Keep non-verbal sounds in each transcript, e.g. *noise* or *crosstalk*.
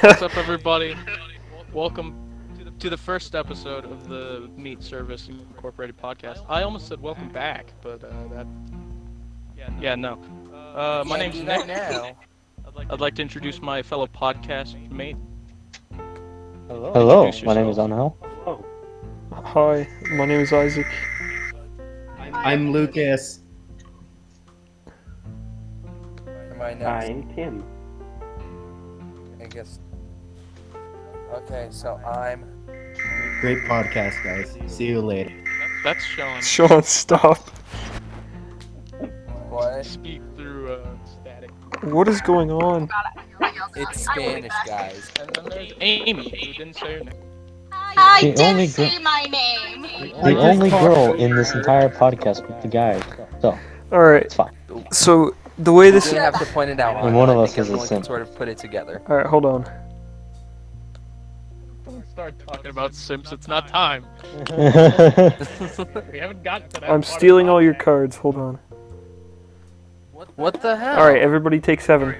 What's *laughs* up, everybody? Welcome to the first episode of the Meat Service Incorporated podcast. I almost said welcome back, but uh, that. Yeah, no. Uh, my name's Nick. *laughs* Now, I'd like to introduce my fellow podcast mate. Hello. Hello, Introduce my name is yourself. Anhel. Hi, my name is Isaac. I'm Lucas. Am I next? I'm Tim. I guess. Okay, so I'm. Great podcast, guys. See you later. That's Sean. Sean, stop. What? Speak through uh, static. What is going on? It's Spanish, guys. And then there's Amy, who didn't say her name. I The did only not say gr- my name. The only girl in this entire podcast with the guy. So, Alright. It's *laughs* fine. So the way You this didn't have to point it out. And one of I us think is a everyone can simp. Sort of put it together. Alright, hold on. Don't start talking about Sims. It's not time. We haven't gotten to that. I'm part of stealing all your podcast. cards. Hold on. What the hell? Alright, everybody take seven.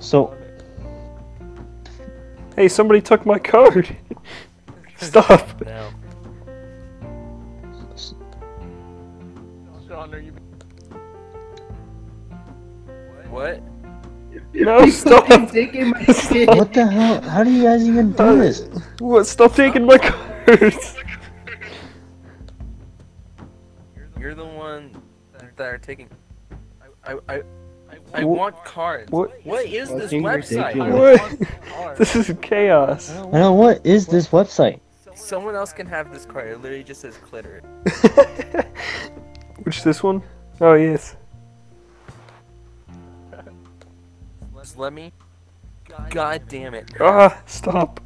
so Hey, somebody took my card. *laughs* Stop. No. Sean, are you? What? No, stop. what the hell? How do you guys even do this? What? Stop taking my cards. You're the one that are taking. I I I, I Wha- want cards. What? What is this Fucking website? ridiculous. What? This is chaos. *laughs* I know what is this website? Someone else can have this card. It literally just says clitoris. Which this one? Oh yes. Just let me. God damn it. Ah, stop.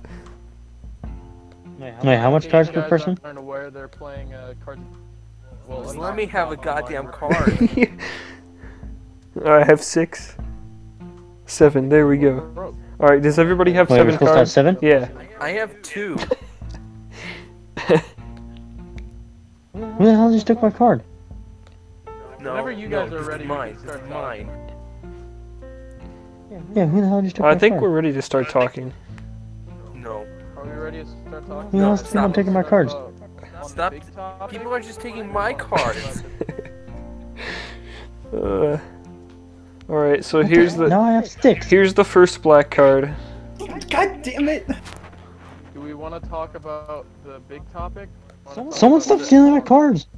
Wait, how much cards per person? Aren't aware they're playing uh, cards. Well, Just online- let me have a online goddamn version. *laughs* *laughs* card. I have six. Seven. There we go. Bro, All right. Does everybody have Wait, we're seven supposed to have cards? seven? Yeah. I have two. Who the hell just took my card? No, Whenever you no, guys are this is ready, we mine. can This start is mine. Yeah, who the hell just took I my think card? we're ready to start talking. No. Are we ready to start talking? Who No, else is stop. on taking my cards? Stop. People are just taking my cards. Uh, all right. So here's the Now I have sticks. here's the first black card. God damn *laughs* it! Do we want to talk about the big topic? Wanna talk Someone about stop the- stealing my cards.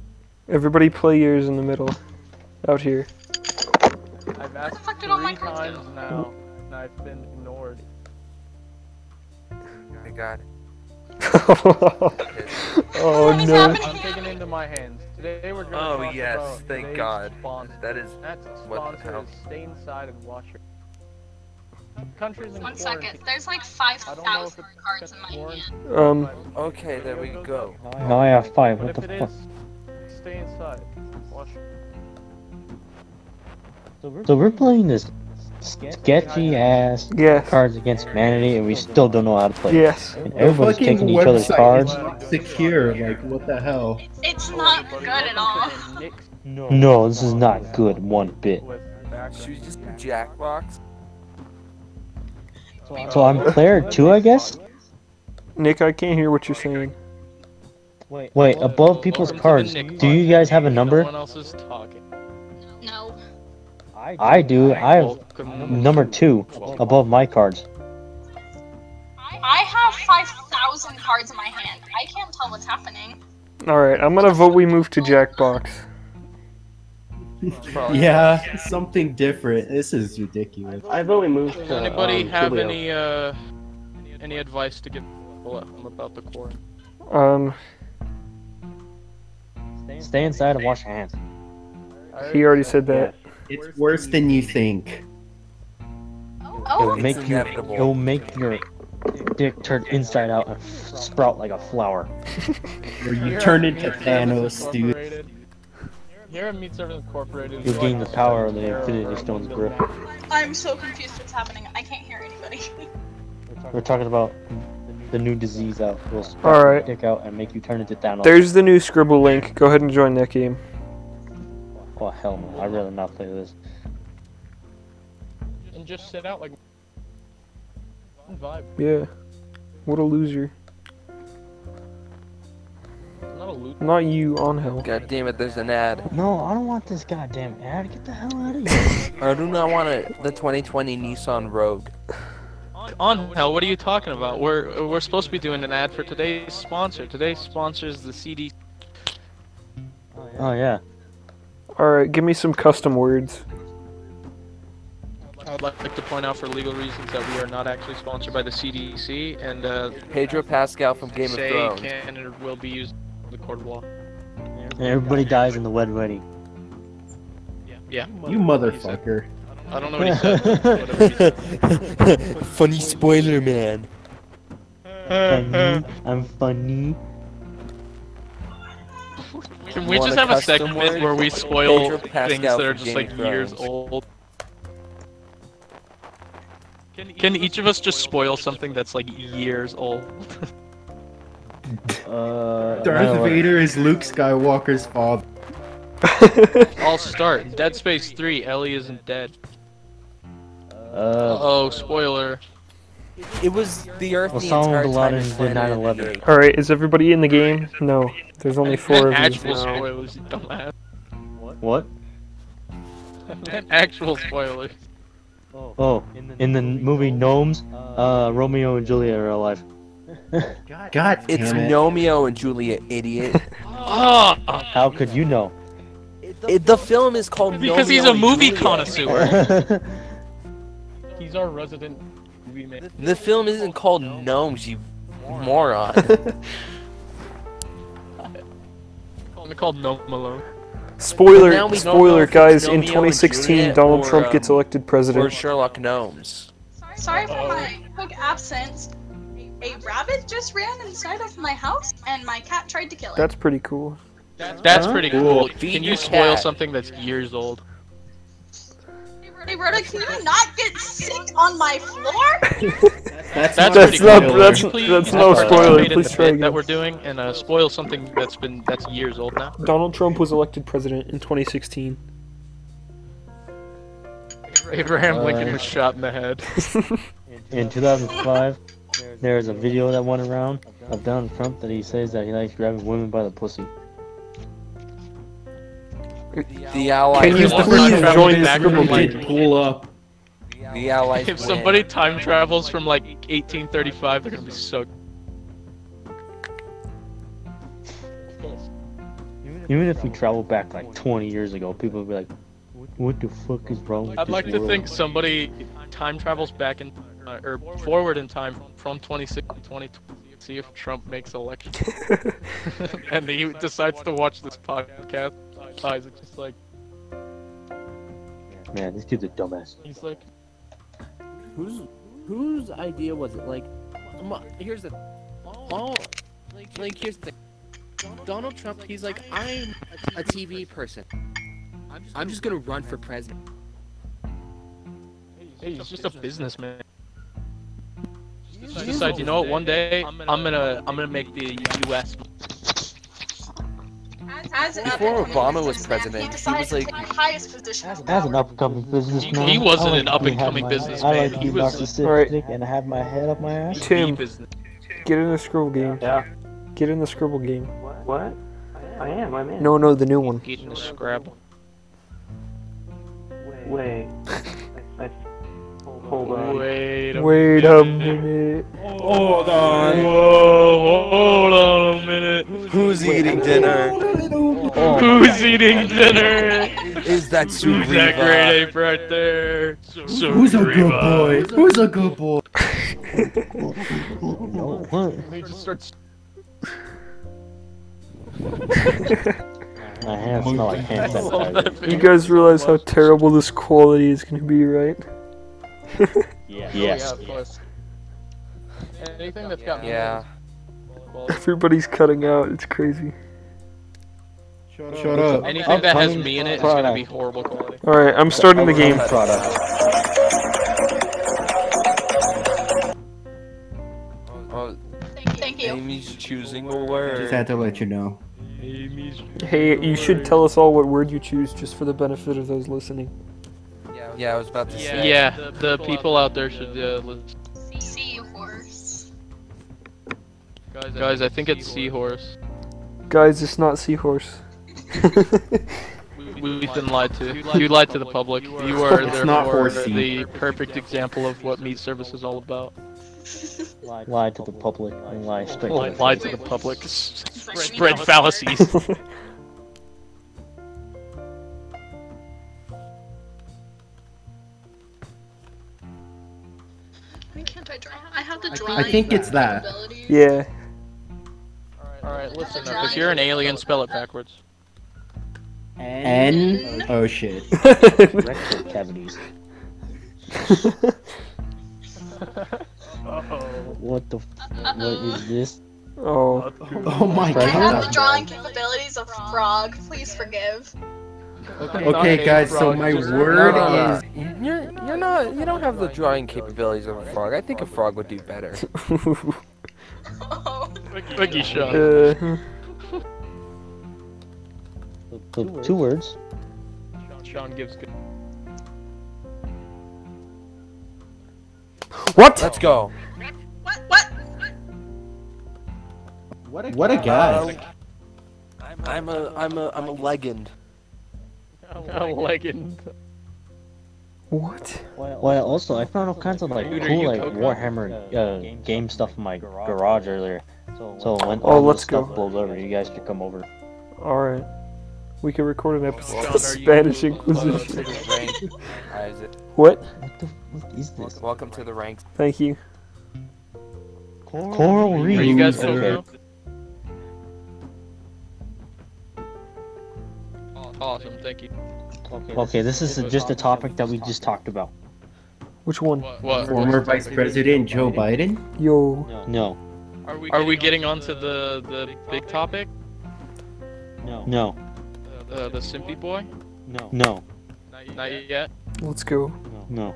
Everybody play yours in the middle, out here. *laughs* I've asked fuck three did all my cards times go? now, and I've been *laughs* ignored. Oh my god. oh What is no! I'm happening here? taking it into my hands. Today we're going Oh, to talk yes, about thank today's God. Sponsor. That is That what the sponsor hell. is stay inside and wash your. Countries in One quarantine. second. There's like 5,000 it's cards in my hand. Um, Okay, there we go. Now I have five. What But the if it fuck? is, stay inside. Wash. So we're playing this sketchy ass yes. Cards Against Humanity, and we still don't know how to play. Yes. And everybody's fucking taking each other's website cards. is not secure. Like, what the hell? It's not Everybody, good at all. welcome to the Knicks No, this is not good one bit. with background. Should we just do Jackbox? So I'm player two, I guess? Nick, I can't hear what you're saying. Wait, above people's cards, do you guys have a number? Someone else is talking. *laughs* No. I do. I have Welcome. number two above my cards. I have 5,000 cards in my hand. I can't tell what's happening. All right. I'm gonna vote we move to Jackbox. Yeah, something different. This is ridiculous. I've only moved Does to, anybody um, have Julio. any uh any advice to give people at home about the quarantine? Um, Stay inside and wash your hands. he already said that. It's worse than you think. It'll Oh, make you. It'll make your dick turn inside out and f- sprout like a flower. Where you Here turn at into Meat Service Thanos, dude. Incorporated- Here at Meat Service Incorporated, You'll we gain like the to power of spend the terror Infinity over Stone's the grip. map. I'm so confused what's happening. I can't hear anybody. *laughs* We're talking about the new disease out. Will sprout All your right. dick out and make you turn into Thanos. There's the new Scribble link. Go ahead and join that game. Oh hell no! I'd rather not play this. In and just sit out like one vibe. Yeah. What a loser. I'm not a loot. Not you, on hell. God damn it, there's an ad. No, I don't want this goddamn ad. Get the hell out of here. I do not want it. The 2020 Nissan Rogue. On hell, what are you talking about? We're we're supposed to be doing an ad for today's sponsor. Today's sponsor is the CD. oh yeah. Alright, give me some custom words. I'd like to point out for legal reasons that we are not actually sponsored by the CDC, and uh, Pedro Pascal from Game of say Thrones. can and will be used in the court of law. And everybody dies in the wed wedding. Yeah. You motherfucker. I don't know *laughs* what he said. but *laughs* whatever he said. *laughs* Funny spoiler, man. funny. I'm funny. Can we Want just a have a custom segment word? where we spoil Pedro Pascal things that are from just Game like of years Thrones. old? Can each of us just spoil something that's like years old? Uh. Darth Vader is Luke Skywalker's father. I'll start. Dead Space 3, Ellie isn't dead. Uh. Oh, spoiler. It was the Earth Well, the Osama bin entire time. Laden is did planet 9/11. Earth. Alright, is everybody in the game? No. There's only four of you. Actual spoilers, you dumbass. *laughs* What? Actual spoilers. Oh, in the movie Gnomes, uh, Romeo and Juliet are alive. God damn It's it. Romeo and Juliet, idiot. Ah, How could you know? It- the film is called because he's Romeo a and movie Juliet. connoisseur. That's He's our resident movie man. The film isn't called Gnomes, you moron. I'm called No Malone. Now Spoiler, we don't know spoiler, if it's guys. In Romeo and 2016, Juliet Donald or, Trump um, gets elected or president. Sherlock Gnomes. Sorry, sorry for my quick absence. A rabbit just ran inside of my house, and my cat tried to kill it. That's pretty cool. That's Huh? pretty cool. Cool. Feed Can you your spoil cat. something that's years old? Hey, Rhoda, can you not get sick on my floor? That's, That's, That's pretty cool. not- Can spoiler. that's- you please that's no participate spoiler. in the Please try bit that again. we're doing and uh, spoil something that's been that's years old now. Donald Trump was elected president in *laughs* 2016. Abraham Uh, Lincoln was shot in the head. *laughs* In 2005, there's a video that went around of Donald Trump that he says that he likes grabbing women by the pussy. The Allies. Can you Walk please around join with the back scribble of my- mic? did pull up. *laughs* The Allies. If win. somebody time travels from like 1835, they're gonna be so. Even if we travel back like 20 years ago, people would be like, "What the fuck is wrong with I'd this like to world?" think somebody time travels back in uh, or forward in time from 26 to 2020. See if Trump makes election, *laughs* and he decides to watch this podcast. Isaac's just like Man, this dude's a dumbass. he's like. Whose whose idea was it? Like, m- here's the all like, like here's the thing. Donald Trump. He's like, I'm a TV person. I'm just gonna run for president. Hey, he's just a businessman. Just decides, you know what? One day, I'm gonna, I'm gonna, make the U.S. As an Before up-and-coming Obama was businessman, president, he decided was to like- take the highest position As, of as an power. up-and-coming businessman, He wasn't I like an to have up-and-coming my- I businessman. like to He be was- narcissistic and have my head up my ass. Tim. business. Get in the Scribble game. Yeah. Get in the Scribble game. What? I am. I'm in. No, no, the new one. Eating the Scrabble. Wait. I, I, hold on. Wait a Wait a minute. Hold on. Whoa, hold on a minute. Who's eating dinner? Who's eating dinner? Is that Who's that Sugriva? great ape right there? So Who's a good boy? Who's a good boy? No, what? He just *laughs* starts *laughs* My hands *laughs* smell like hand all sanitizer. that You guys realize how terrible this quality is gonna be, right? *laughs* Oh, Yes. Anything that's got Yeah. Everybody's cutting out. It's crazy. Shut up. Anything that has Upcoming me in it is gonna product. be horrible quality. All right, I'm starting the game. Product. Oh, Thank you. Amy's choosing a Just word. had to let you know. Hey, you should tell us all what word you choose, just for the benefit of those listening. Yeah, Yeah, I was about to Yeah, say. the, the people out there should uh, listen. Seahorse. Guys, guys, I think it's Seahorse. Guys, it's not seahorse. *laughs* We've been lied to. You lied to the public. You are It's not therefore horsey. the perfect example of what meat service is all about. *laughs* Lie to the public and lie straight to the Lied to the public. Spread fallacies. I can't I draw? I have the I think- drawing. I think it's that. ability. Yeah. Alright, listen up. If you're an alien, spell it backwards. *laughs* N. Oh shit. rectal cavities. What the? F- what is this? oh. Oh my I have god. the drawing capabilities of frog. Please forgive. *laughs* *laughs* *laughs* Okay, guys. So my No, word no, no. is You're, you're not. You don't have the drawing capabilities of a frog. I think a frog would do better. Wiki shot. *laughs* Uh, Two, two words. Sean gives good. what? *laughs* Let's go. what? What? what a what a guy. I'm a. I'm a. I'm a legend. Oh, legging. What? Well, also I found all kinds of like Dude, are cool you like poking? Warhammer uh, game stuff in my garage earlier. So when Oh, all this let's go. stuff blows over, you guys should come over. Alright. We can record an episode Sean, are of you- Spanish *laughs* Welcome Inquisition. to the ranks. Isaac. What? What the? What is this? Welcome to the ranks. Thank you. Coral reef. Are you guys okay. still Awesome, thank you. Okay, this is just a topic that we just talked about. Which one? What? what? Former Vice President Joe Biden. Yo. No, Are we, are we getting on to the, the big topic? no, The, the simpy boy? no, Not yet? Let's go. no.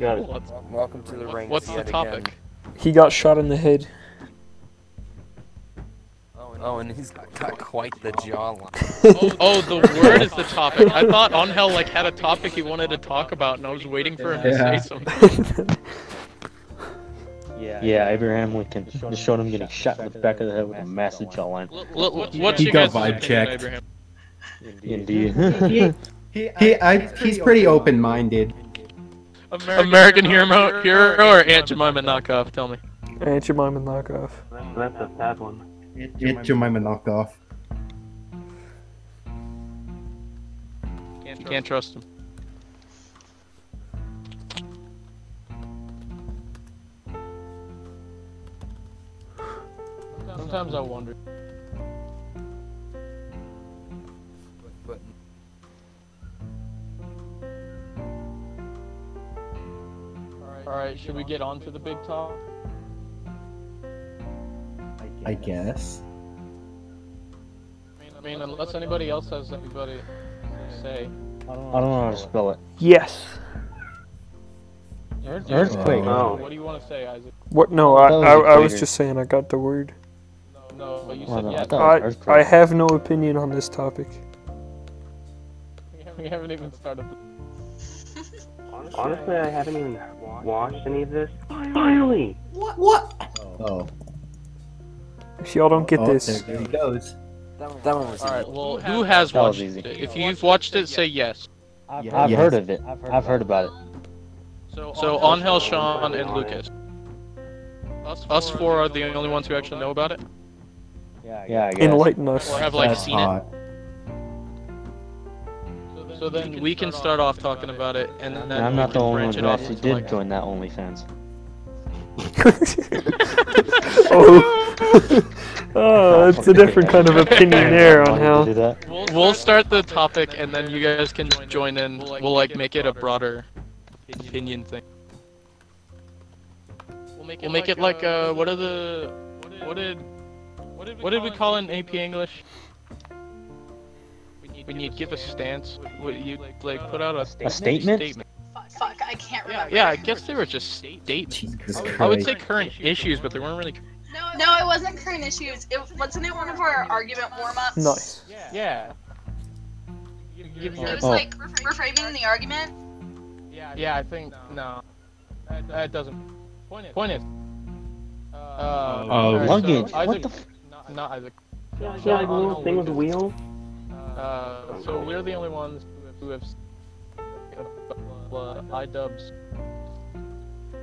Got it. What's, Welcome to the ranks. what's the yet topic? He got shot in the head. Again. Oh, and he's got, got quite the Oh, jawline. oh, the word is the topic. I thought Angel like had a topic he wanted to talk about, and I was waiting for him to Yeah. say something. Yeah, Abraham Lincoln just showed him getting shot in the back of the head with a massive jawline. Look, look, what He you guys got vibe think, checked. Abraham? *laughs* Indeed. He, he, I, he's pretty open-minded. American, hero, hero, or Aunt Jemima knockoff? Tell me. Aunt Jemima knockoff. That's a sad one. Get Jemima knocked off. You can't trust him. Sometimes I wonder. But Alright, should we get on to the big talk? I guess. I mean, unless anybody else has anybody to say. I don't know how to spell it. Yes. Earthquake. Oh. What do you want to say, Isaac? What? No, I, That was I, a I was trigger. just saying I got the word. No, but you Oh, no, said I yes. thought it I, was I earthquake. have no opinion on this topic. We haven't- *laughs* We haven't even started. Honestly, I haven't even watched any of this. Finally! What? What? Oh. If y'all don't get oh, this, There, there he goes. that one, that one was. Alright, well, who has That was watched easy. it? If you've watched it, say yes. I've Yes. heard of it. I've heard about it. So Angel, Sean, and Lucas. Us, us four are the only ones who actually know about it, Yeah, I guess. enlighten us. or have like That's seen it. hot. So then we can start off talking about it, and then And I'm not we the can only one branch it who off actually into, did like- join that OnlyFans. *laughs* *laughs* oh. *laughs* oh, it's a different kind of opinion there on Do how. that. We'll start the topic, and then you guys can join in. We'll like make it a broader opinion thing. We'll make it like uh, what are the, what did, what did we call it in AP English? When you give a stance, what you like put out a A statement? Fuck, fuck, I can't Yeah, remember. yeah. I guess they were just statements. Jesus Christ. I would say current issues, but they weren't really. No, no, it wasn't current issues. It wasn't it one of our argument warm ups. Nice. Yeah. You give It your was Oh. like ref- reframing the argument. Yeah, I think no. That doesn't. Point it. Point it. Uh, Oh. alright, Luggage. So what Isaac, the? F- not, not Isaac. Yeah, like a little thing with wheels. Uh, so we're the only ones who have. Uh, iDubbbz.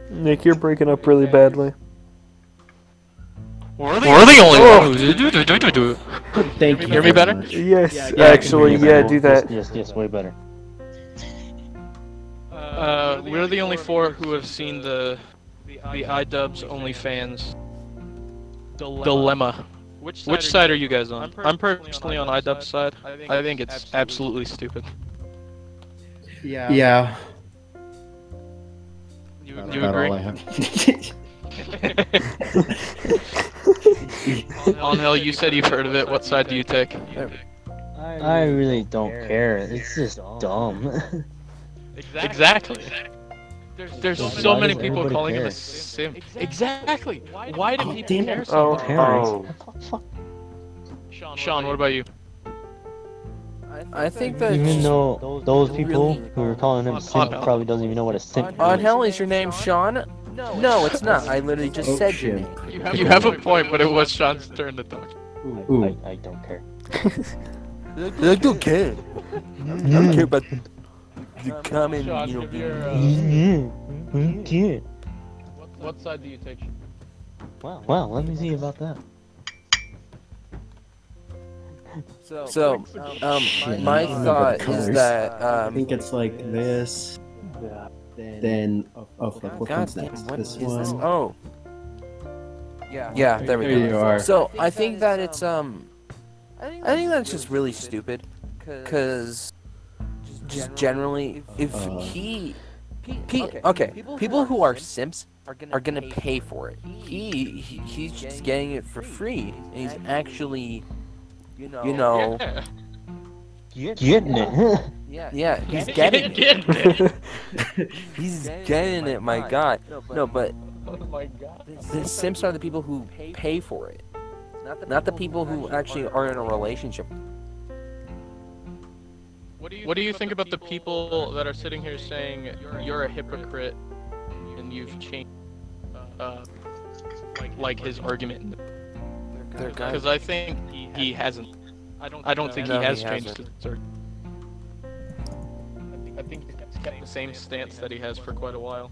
Nick, you're breaking up really badly. We're the, We're the only ones. who do- do- do- do- do. Thank Hear me you. very better? much. Yes, Yeah, yeah, I can actually, hear you yeah, now. do that. Yes, yes, way better. Uh, we're the only four who have seen the the iDubbbz OnlyFans dilemma. Which Which side are you guys on? I'm I'm personally personally on on iDubbbz iDubbbz side. I think, I think it's absolutely stupid. Yeah. yeah. You, That's you about agree? all I have. *laughs* On Hill, you said you've heard of it. What side do you take? I really don't care. It's just dumb. Exactly. There's Why so does many people everybody calling him care? a sim. Exactly. Why do Oh, people damn care it. so much? *laughs* Oh. Parents. Oh. What the fuck? Sean, what about you? I think that Even though those really people need who are calling him a simp Hell. probably doesn't even know what a simp On is. Oh, hell is your name Sean? No, it's not. I literally just Oh, said your shit. name. You have, a point, but it was Sean's turn to talk. Ooh. I, I, I don't care. I don't care. I Mm. don't care about *laughs* the common. You know, mm, Yeah. uh, What side do you take? Wow, mm. wow, let me see about that. So, um, my thought is that I um, think it's like this. Yeah. Then, oh fuck, what God comes damn, next? what This is this? one. Oh, yeah, there we There go. you are. So I think that it's um, I think that's just really stupid, cause just generally, if Uh, he, he, okay, people who are simps are gonna pay for it. He, he he's just getting it for free, and he's actually, you know, Getting it. yeah, *laughs* he's getting it. He's getting it. My God, no, but Oh *laughs* my god. The simps are the people who pay for it, not the, people who actually are in a relationship. What do you, think about the people that are sitting here saying you're a hypocrite and you've changed, uh, like, like his argument? They're guys. Because I think he hasn't. I don't. I don't think he No, he has changed hasn't. his argument. I think- I think he's kept the same stance that he has for quite a while,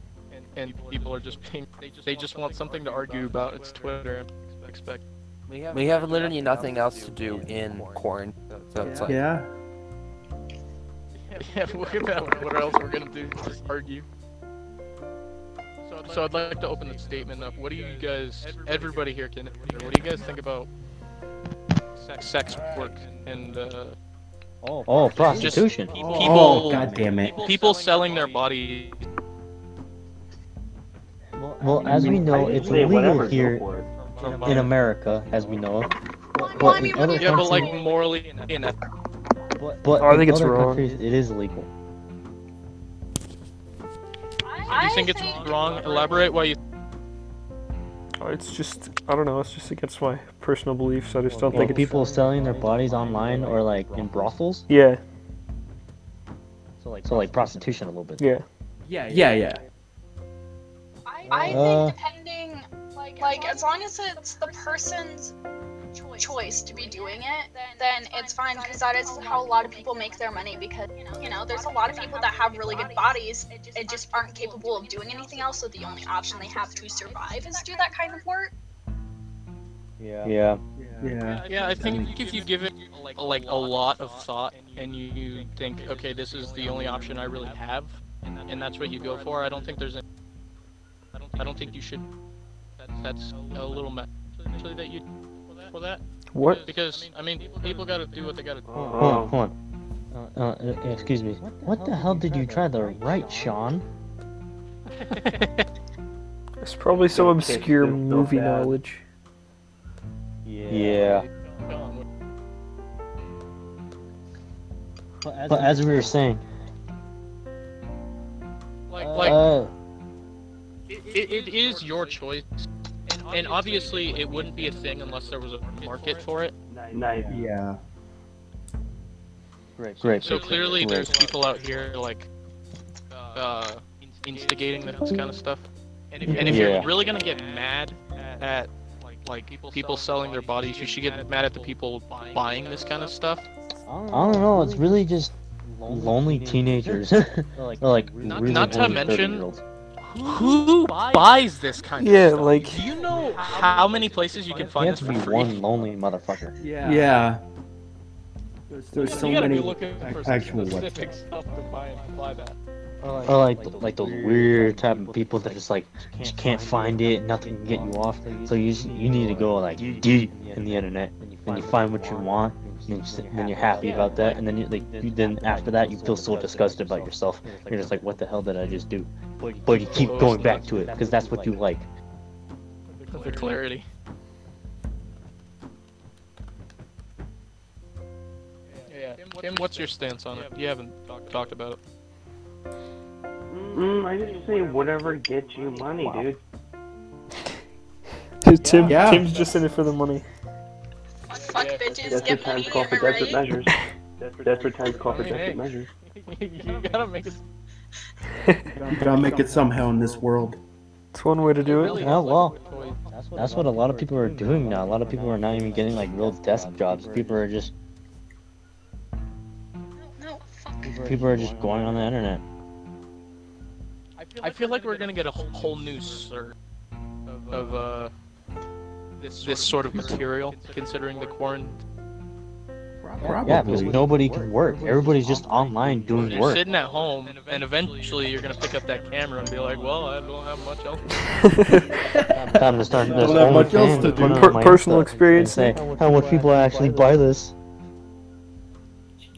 and people are just being. They just want something to argue about. It's Twitter. I Expect. We have literally nothing else to do in corn, so it's like, Yeah. Yeah, look at that. What else we're gonna *laughs* do? is Just argue. So I'd, like to open the statement up. What do you guys, everybody here can, what do you guys think about sex work and uh, *laughs* Oh, prostitution. people, oh, god damn it. people selling their bodies? Well, as we know, I it's say illegal whatever, go here for it. from, in uh, America, as we know. Well, But, well, I but mean, in what do other you Yeah, but countries, like morally inethical. but, but Oh, I in think it's other wrong. countries, it is illegal. Do I you think it's wrong? Elaborate why you. Oh, It's just, I don't know, it's just against my personal beliefs. I just don't Well, think it's. people selling their bodies online or like in brothels, Yeah, so like so like prostitution a little bit. yeah. Yeah, yeah. I, I Uh, think depending, like, like as long as it's the person's choice to be doing it, then it's fine because that is how a lot of people make their money. Because you know, there's a lot of people that have really good bodies and just aren't capable of doing anything else, so the only option they have to survive is do that kind of work. Yeah. Yeah. Yeah, I think if you give it like like a lot of thought and you think, okay, this is the only option I really have, and that's what you go for, I don't think there's. Any, I don't think you should. That's, that's a little mess. Actually, that you for that What? because I mean people gotta do what they gotta Oh. do. Hold on, hold on. Um, Uh, uh, uh, excuse me. What the hell did you try to write, Sean? It's probably some Don't kick obscure it so movie bad. knowledge. Yeah. But as we were saying, *laughs* Like like uh, it, it is your choice, and obviously it wouldn't be a thing unless there was a market for it. Nice. Yeah. Great, great. So clearly, great. there's people out here like uh, instigating this kind of stuff. And if, and if Yeah. you're really gonna get mad at like people selling their bodies, you should get mad at the people buying this kind of stuff. I don't know. It's really just lonely teenagers. *laughs* They're like Not- really not to horny mention- 30-year-olds. Who buys this kind Yeah, like Do you know how many places you can You find this have to for be free? one lonely motherfucker. Yeah. There's *laughs* so you gotta many be looking for ac- some actual weapons. specific stuff to buy and apply that. Or like like those weird type of people that just like just can't find it, nothing can get you off. So you just- you need to go like deep in the internet, and you find what you want, and you s- then you're happy about that, and then you like you, then after that you feel so disgusted about yourself. You're just like, what the hell did I just do? But you keep going back to it because that's what you like. The clarity. Yeah. Tim, what's your stance on it? You haven't talked about it. Mm, I just say whatever gets you money, dude. Tim, Yeah. Tim's just in it for the money. Fuck bitches, That's what get times money, call am for I desperate right? measures. That's what times call for desperate measures. *laughs* you gotta make it. You gotta make it somehow in this world. It's one way to do it. really Oh, is well. like a toy. That's what a lot of people are doing now. A lot of people are not even getting like real desk jobs. People are just No, fuck. people are just going on the internet. I feel like we're gonna get a whole, whole new surge of uh, this this sort of material, considering the quarantine. Probably. Yeah, because nobody can work. Everybody's just online doing You're work. sitting at home, and eventually you're gonna pick up that camera and be like, "Well, I don't have much else." Time to *laughs* start this Don't have much else OnlyFans to and put do. it on Per- my personal Insta experience. and Say how much people actually buy this.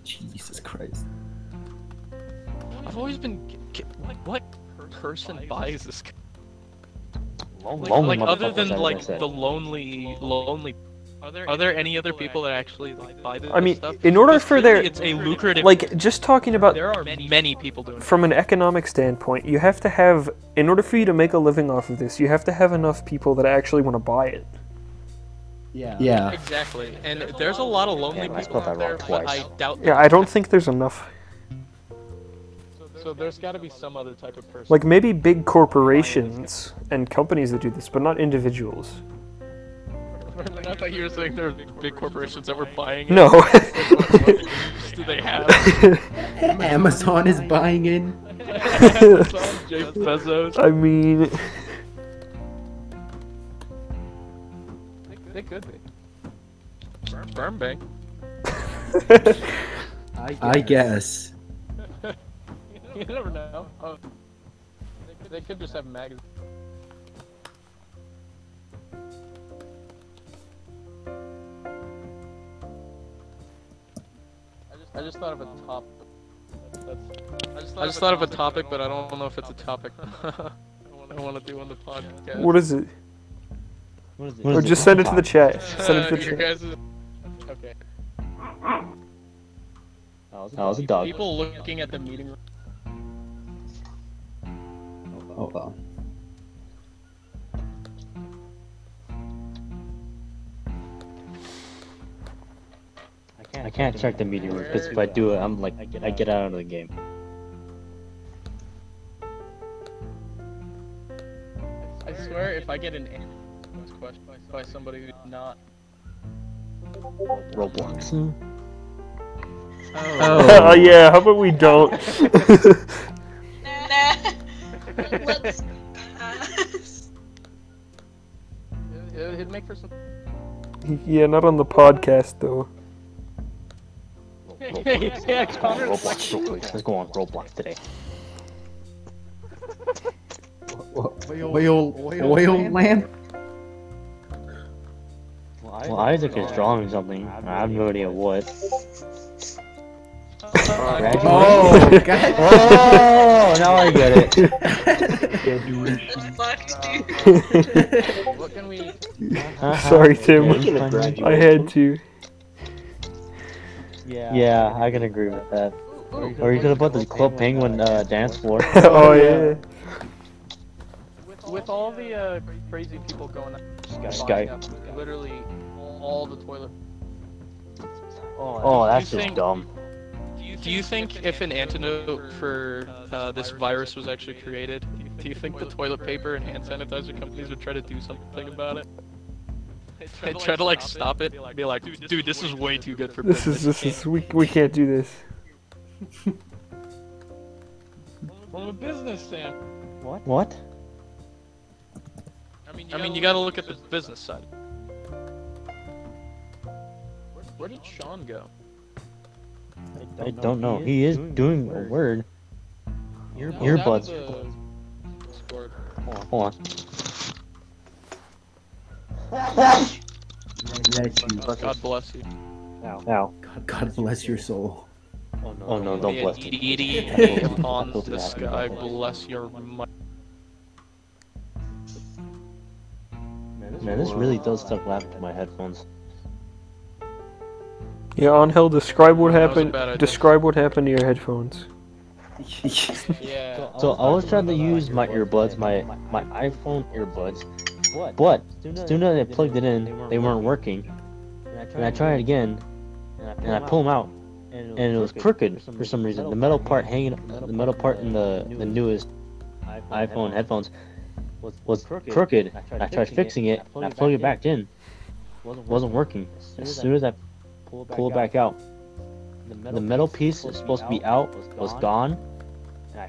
Jesus Christ. I've always been g- g- like, what person buys this? kind- Lonely, Like, other motherfuckers, than as I like said. the lonely, lonely. Are there are there any other people that actually like buy this I mean, stuff? in order for their it's a lucrative. *laughs* like just talking about there are many people doing. it. from an economic standpoint, you have to have in order for you to make a living off of this, you have to have enough people that actually want to buy it. Yeah. Yeah. Exactly, and there's a lot of lonely Damn, I people spelled out that there. wrong but I twice. doubt. Yeah, I don't think there's enough. So there's got to be some other type of person. Like maybe big corporations and companies that do this, but not individuals. *laughs* I thought you were saying there were big corporations that were buying. it. No. *laughs* Do they have? Amazon is buying in. Some *laughs* Jeff Bezos. I mean, *laughs* They could be. Sperm bank. I guess. *laughs* You never know. Oh, they, could, they could just have magazines. I just, I just thought of a topic. I just thought, of a topic, but I don't know if it's a topic. *laughs* I want to do on the podcast. *laughs* what is it? What is it? Or just send it to the chat. Send it to Uh, the your chat. guys' okay. Oh, that was a dog. People looking at the meeting room. Oh well. I can't check the meeting room because if I do it, I'm like I get out of the game. I swear, if I get an answer to this question by somebody who's not. Hmm. Roblox. *laughs* Oh yeah, how about we don't? Nah. Let's pass. It, it'd make for some. yeah, not on the podcast though. *laughs* Roblox. yeah, Let's go on Connor's like, Roblox real quick. Let's go on Roblox today. Oil, oil lamp. Well, Isaac is drawing something. I have no idea what. "Oh, Oh, God. Oh, now I get it. *laughs* That's fucked, dude. what can we? *laughs* Sorry, Tim. I had to. *laughs* Yeah, I can agree with that. Or you could have put the Club Penguin uh, dance floor. *laughs* oh yeah. With all the uh, crazy people going out, Sky. lining up, literally all the toilet. Oh, that's You just think- dumb. do you think if an antidote for uh, this virus was actually created, do you think the toilet paper and hand sanitizer companies would try to do something about it? They'd try to like stop it, be like, dude, this is way too good for This business. is this you is we we can't do this. can't-" From a business standpoint, What? What? I mean, you gotta look at the business side. Where did Sean go? I don't know. He is doing a word. Earbuds. Hold on. Bless *laughs* you. God bless you. Now. God, God bless your soul. Oh no, don't bless me. *laughs* Deity upon the sky, bless your might. Man, this really does suck loud into my headphones. Yeah, Angel, describe what That was a happened. bad idea. Describe what happened to your headphones. Yeah. So I was trying to use my earbuds, my my iPhone earbuds, but as soon as I plugged it in, they weren't working. And I tried again, and I pull them out, *laughs* and it was crooked for some reason. The metal part hanging, the metal part in the the newest iPhone headphones was crooked. I tried fixing it. and I plugged it back in. Wasn't working. As soon as I pulled it back out, the metal piece that's supposed to be out was gone.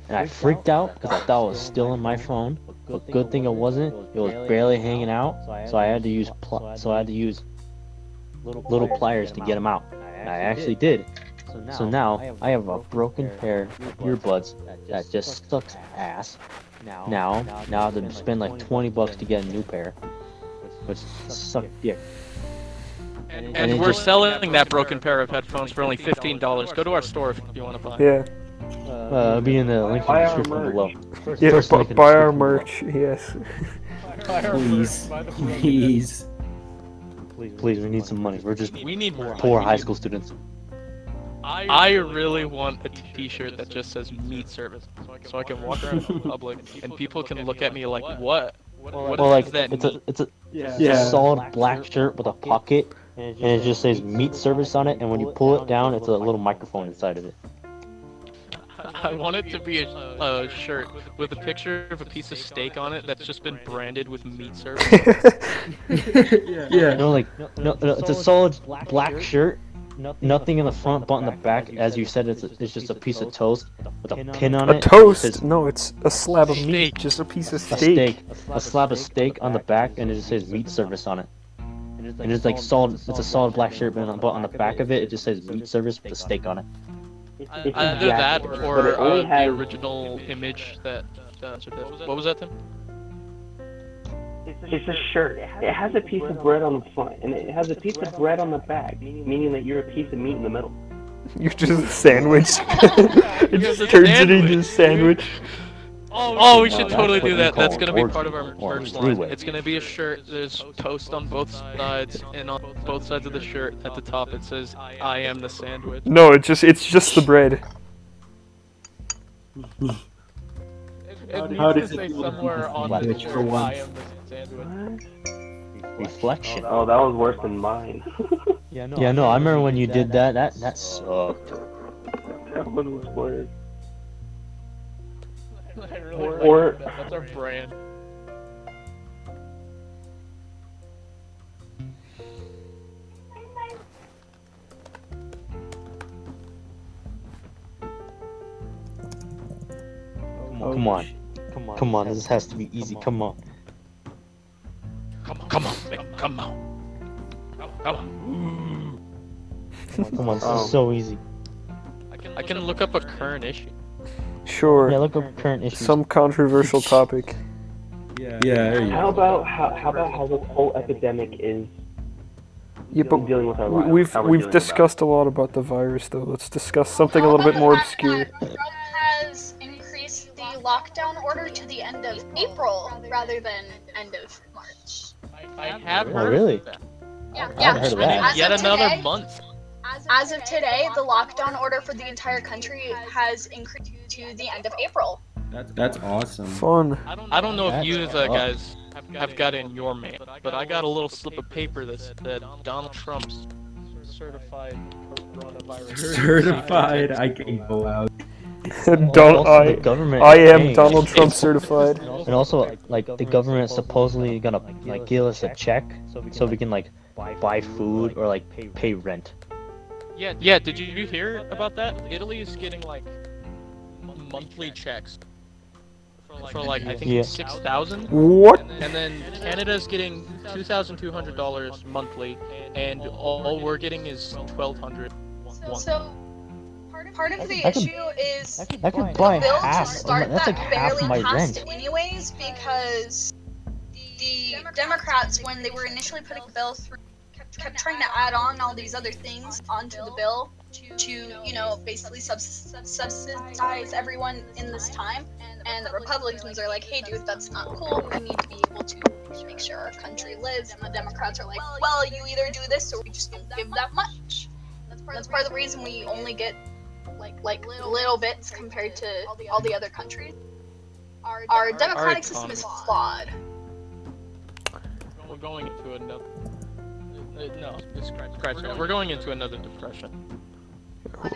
And I freaked out because I thought it was still in my phone. But good thing it wasn't. It was barely hanging out. So I had to use pl- so I had to use little pliers to get them out. And I actually did. So now I have a broken pair of earbuds that just sucks ass. Now, now I have to spend like 20 bucks to get a new pair, which sucks dick. And, And it we're just- selling that broken pair of headphones for only fifteen dollars. Go to our store if you want to buy. Yeah, Uh, it'll be in the link in the Buy our description merch. below. yeah. First bu- link in the buy our description below. merch. Yes. Please. Please. Please, we need some money. We're just We need more. poor high school students. I really want a T-shirt that just says "Meat Service," so I can walk around *laughs* in public and people can look at me like, "What? What, what Well, like is that?" it's a *laughs* meat?" it's a Yeah. it's *laughs* a solid black shirt with a pocket, and it just says meat service on it. And when you pull it down, it's a little microphone inside of it. I want it to be a, a shirt with a picture of a piece of steak on it that's just been branded with "Meat Service." Yeah. No, like no, no, it's a solid black shirt. Nothing in the front, but in the back, as you said, it's a, it's just a piece of toast with a pin on A it. toast. Says No, it's a slab of meat. Steak. Just a piece of a steak. steak, a slab of steak on the back, and it just says meat service on it. And it's like solid. It's a solid black shirt, but on, but on the back of it, it just says meat service with a steak on it. Either Uh, that But it or only uh, the has- original image that. Uh, what was that, Tim? It's a shirt. It has a piece of bread on the front, and it has a piece of bread on the back, meaning that you're a piece of meat in the middle. *laughs* You're just a sandwich. *laughs* it You're just the turns it into a sandwich. sandwich. Oh, we should that's totally what do we that. call That's an gonna be orgy, part of our or merch line. three-way. It's gonna be a shirt. There's toast on both sides, and on both sides of the shirt, at the top it says, "I am the sandwich." No, it's just it's just the bread. How does it feel to be sandwich for once? *laughs* Reflection. Oh, that was worse than mine. *laughs* Yeah, no. Yeah, no. I remember when you did that. That that sucked. that one was worse. Or, Or- that's our brand. Come on, come on, come on. This has to be easy. Come on. Come on, come on, man, come on. Come on. Come on. This Oh. is so easy. I can look up a current issue. Yeah, Sure. look up current issues. Some controversial topic. Yeah. There you How go. about how, how about how this whole epidemic is Yeah, but dealing with our we- lives? we've uh, how we're we've dealing with discussed a lot about the virus, though. Let's discuss something a little bit more obscure. Trump has increased the lockdown order to the end of April rather than end of March. I have Oh, heard. really? of that. Yeah, I haven't heard of that. As Yet of another today- month. As of today, the lockdown order for the entire country has increased to the end of April. That's, that's awesome. Fun. I don't know if That's you uh, up. guys have got it in your mail, but I got a little slip of paper that said Donald um, Trump's certified coronavirus. *laughs* Certified. I can't go out. *laughs* Don't Also, the I? government I am thing. Donald *laughs* Trump certified. And also, like the government supposedly gonna like give us a check so we can like buy food or like pay rent. Yeah, yeah. Did you, you hear about that? Italy is getting like monthly checks for like, for like I think Yeah. six thousand, What? and then Canada's getting two thousand two hundred dollars monthly, and all we're getting is twelve hundred. So, so part of, part of the I could- issue is I could buy the bill half. to start That's like that half barely my passed rent. anyways because the Democrats, when they were initially putting the bill through, kept, kept trying to add on all these other things onto the bill to, you know, basically subs- subsidize everyone in this time. And the Republicans are like, hey, dude, that's not cool. We need to be able to make sure our country lives. And the Democrats are like, well, you either do this or we just don't give that much. That's part of the reason we only get like like little, bits compared to all the, other countries. Our, democratic system is economy. flawed. We're going into another. Uh, no, this Christ, we're going into another depression.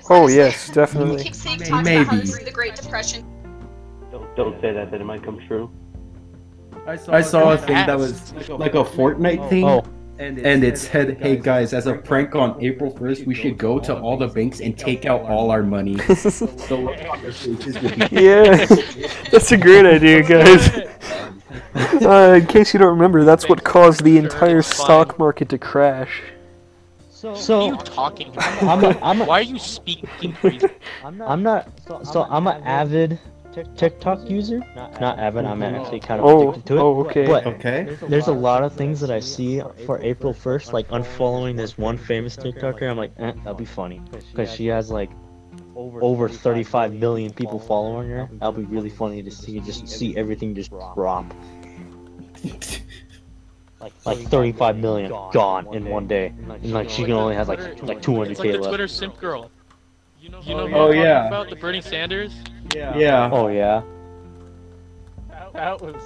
Oh yes, *laughs* We definitely. *laughs* keep seeing May- talks about how maybe. this is the Great Depression. Don't, don't say that, that it might come true. I saw, a thing that was like a Fortnite thing. Oh, And it, said, "Hey guys, as a prank on April 1st, we should go to all the banks and take out all our money." The look on their faces would be- yeah, that's a great idea, *laughs* guys. Uh, in case you don't remember, that's what caused the entire stock market to crash. What are so you talking about? I'm a, I'm a, Why are you speaking crazy? I'm not so I'm an avid TikTok user. Not avid. I'm actually kind of Oh, addicted to it. oh, okay. But Okay. there's a lot of things that I see for April 1st, like unfollowing this one famous TikToker. I'm like, eh, that'll be funny. Because she has like over 35 million people following her. That'll be really funny to see, just see everything just drop. Like 35 million gone in one day. And like she can only has like like It's like the 200k left. Twitter simp girl. You know, you know who Oh, I'm talking yeah. about the Bernie Sanders? Yeah. Oh *laughs* yeah. That, that was.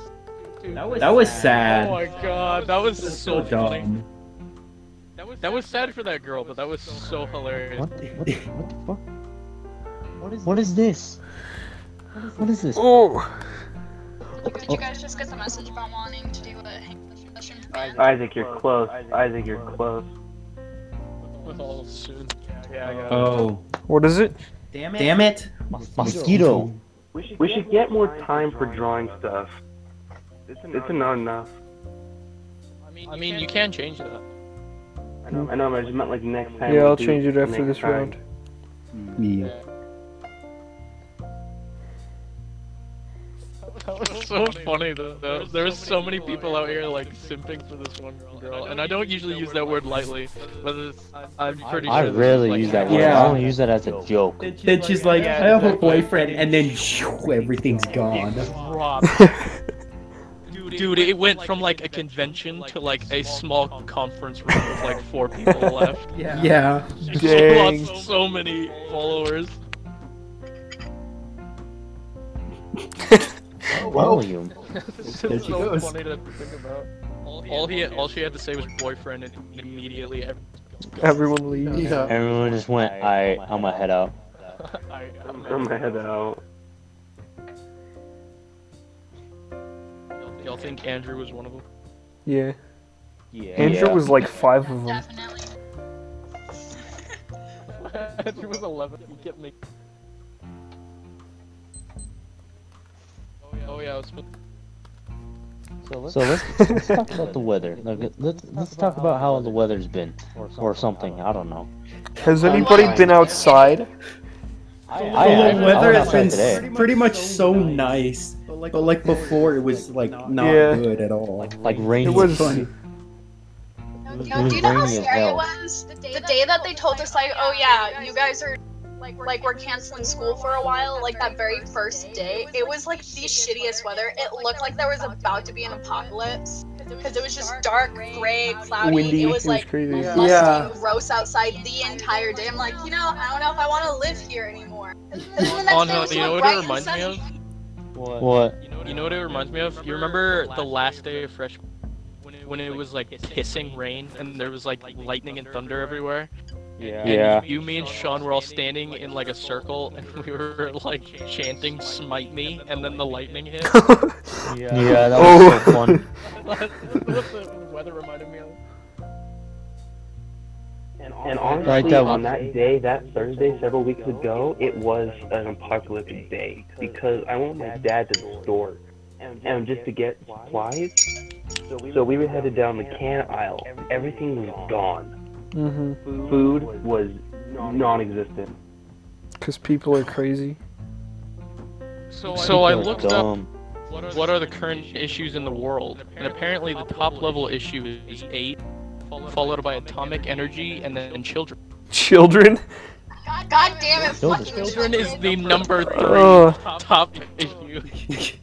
dude, That was Oh sad. my god, that was so So funny. dumb. That was, that was sad for that girl, but that was so hilarious. What? What? What the fuck? What is, what is this? What is this? Oh, Did you guys just get the message about wanting to do a hang session for me? Isaac, you're close. Isaac, you're close. With all soon. Yeah, I got it. Oh. what is it? Damn it. Damn it. Mos- Mosquito. We should get more time for drawing stuff. It's not enough. I mean, you can change that. I know, I know, but I just meant like next time. Yeah, we'll I'll do change it after next this time. round. Yeah. That was so funny though. though. There was so many people out here like simping for this one girl, and I don't usually use that word lightly, but it's, I'm pretty sure. I this is, rarely like, use that word. Yeah. I only use that as a joke. Then she's like, "I have a boyfriend," and then shoo, everything's gone. dropped. Dude, it went from like a convention to like a small conference room with like four people left. Yeah. She *laughs* Dang. lost so many followers. Volume. It's There just she so goes. funny to think about. All he, all she had to say was boyfriend, and immediately every- Everyone leaves. Everyone just went. I I'm gonna head out. I, I'm, I'm gonna head out. y'all think Andrew was one of them? Yeah. Yeah. Andrew was like five of them. Definitely. *laughs* Andrew was 11. He kept making. Oh yeah, it's So let's, let's talk about the weather. Like, let's let's talk about how the weather's been, or something. I don't know. Has anybody been outside? I, The I, I weather went has outside been today. pretty much so nice, but like, before, it was like not Yeah. good at all. Like rainy. It was. funny. No, was do you know how rainy as scary it hell. was? The day that they told us, like, oh yeah, you guys are like we're, like we're canceling school for a while, like that very first day, it was like the shittiest weather. It looked like there was about to be an apocalypse because it was just dark, gray, cloudy. Windy, It was like E crazy. musty, Yeah. gross outside the entire day. I'm like, you know, I don't know if I want to live here *laughs* anymore. And then the next Oh day it no, was, you like, know what bright it and reminds me sunny. of? What? You know what it reminds me of? You remember the last day of freshman when it was like pissing rain and there was like lightning and thunder everywhere? Yeah. And Yeah. You, me, and Sean were all standing in like a circle, and *laughs* we were like chanting "Smite me," and then the lightning hit. Yeah, that was Oh. so fun. *laughs* That's what the weather reminded me of. And honestly, Like that on one. that day, that Thursday, several weeks ago, it was an apocalyptic day because I went with my dad to the store and just to get supplies. So we were headed down the can *laughs* aisle. Everything was gone. Mm-hmm. Food was non-existent. Because people are crazy. So, I People are looked up dumb. what are, what are the current issues in the world, and apparently the top level issue is eight, followed by atomic energy, and then children. Children. God, God damn it, Children. fucking Children is the number three Oh, top *laughs* issue.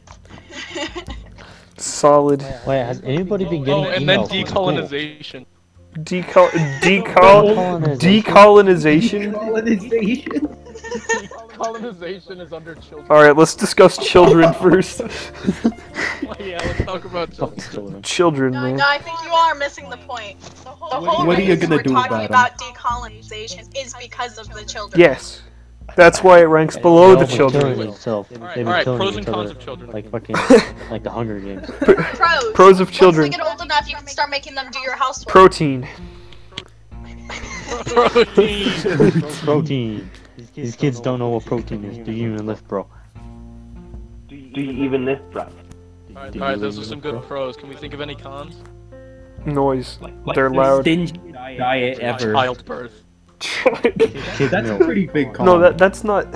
solid. Wait, has anybody been getting Oh, and then emails from school? decolonization. Oh, Decol. *laughs* Decol. Decolonization. Colonization. *laughs* Colonization is under children. All right, let's discuss children first. yeah, let's talk about children. Fucking children. children, No, man. no, I think you are missing the point. The whole, the whole what are you reason gonna we're do talking about about decolonization is because of the children. Yes, that's why it ranks below They've the all been killing children. themselves. They've Alright, been alright, killing pros each and other cons of *laughs* children. Like fucking, *laughs* like the Hunger Games. Pros. Pros of children. Once they get old enough, you can start making them do your housework. Protein. Protein. Protein. These kids don't know what protein is. Do you even lift, bro? Do you even lift, bro? Alright, alright, those are some good pros. Can we think of any cons? Noise. They're loud. *laughs* Stingy diet ever. Childbirth. Kid That's a milk. pretty big con. no, that that's not.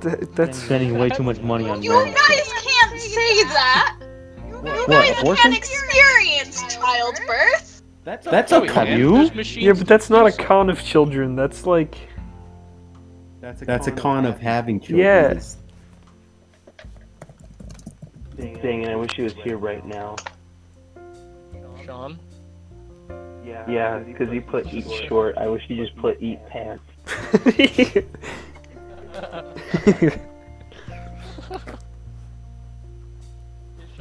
That, that's Spending way too much money on You milk. guys can't say that. You What, guys abortion? can't experience childbirth. that's a, that's a con. Have you? yeah, but that's not a con of children. That's like That's a con of having children. Yeah. is- Dang, and I wish he was here right now. Sean? Yeah, because he put eat short. I wish he just put eat pants.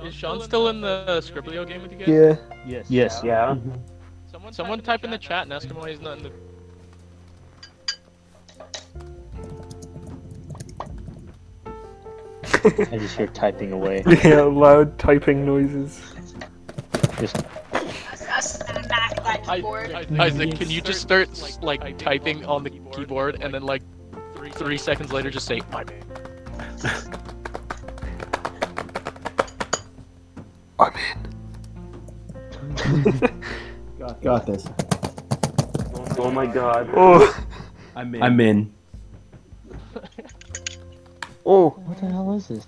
Is Sean still in the Scriblio game with you guys? yeah. Yes. Yeah. Someone, Someone type in the chat and ask him why he's not in the. I just hear typing away. Yeah, *laughs* loud typing noises. Just Us back that I, keyboard. I- Isaac, can you just start like typing on the keyboard and then like three seconds later just say my man. I'm in. Got this. Oh my god. Oh, I'm in. I'm in. oh, what the hell is this?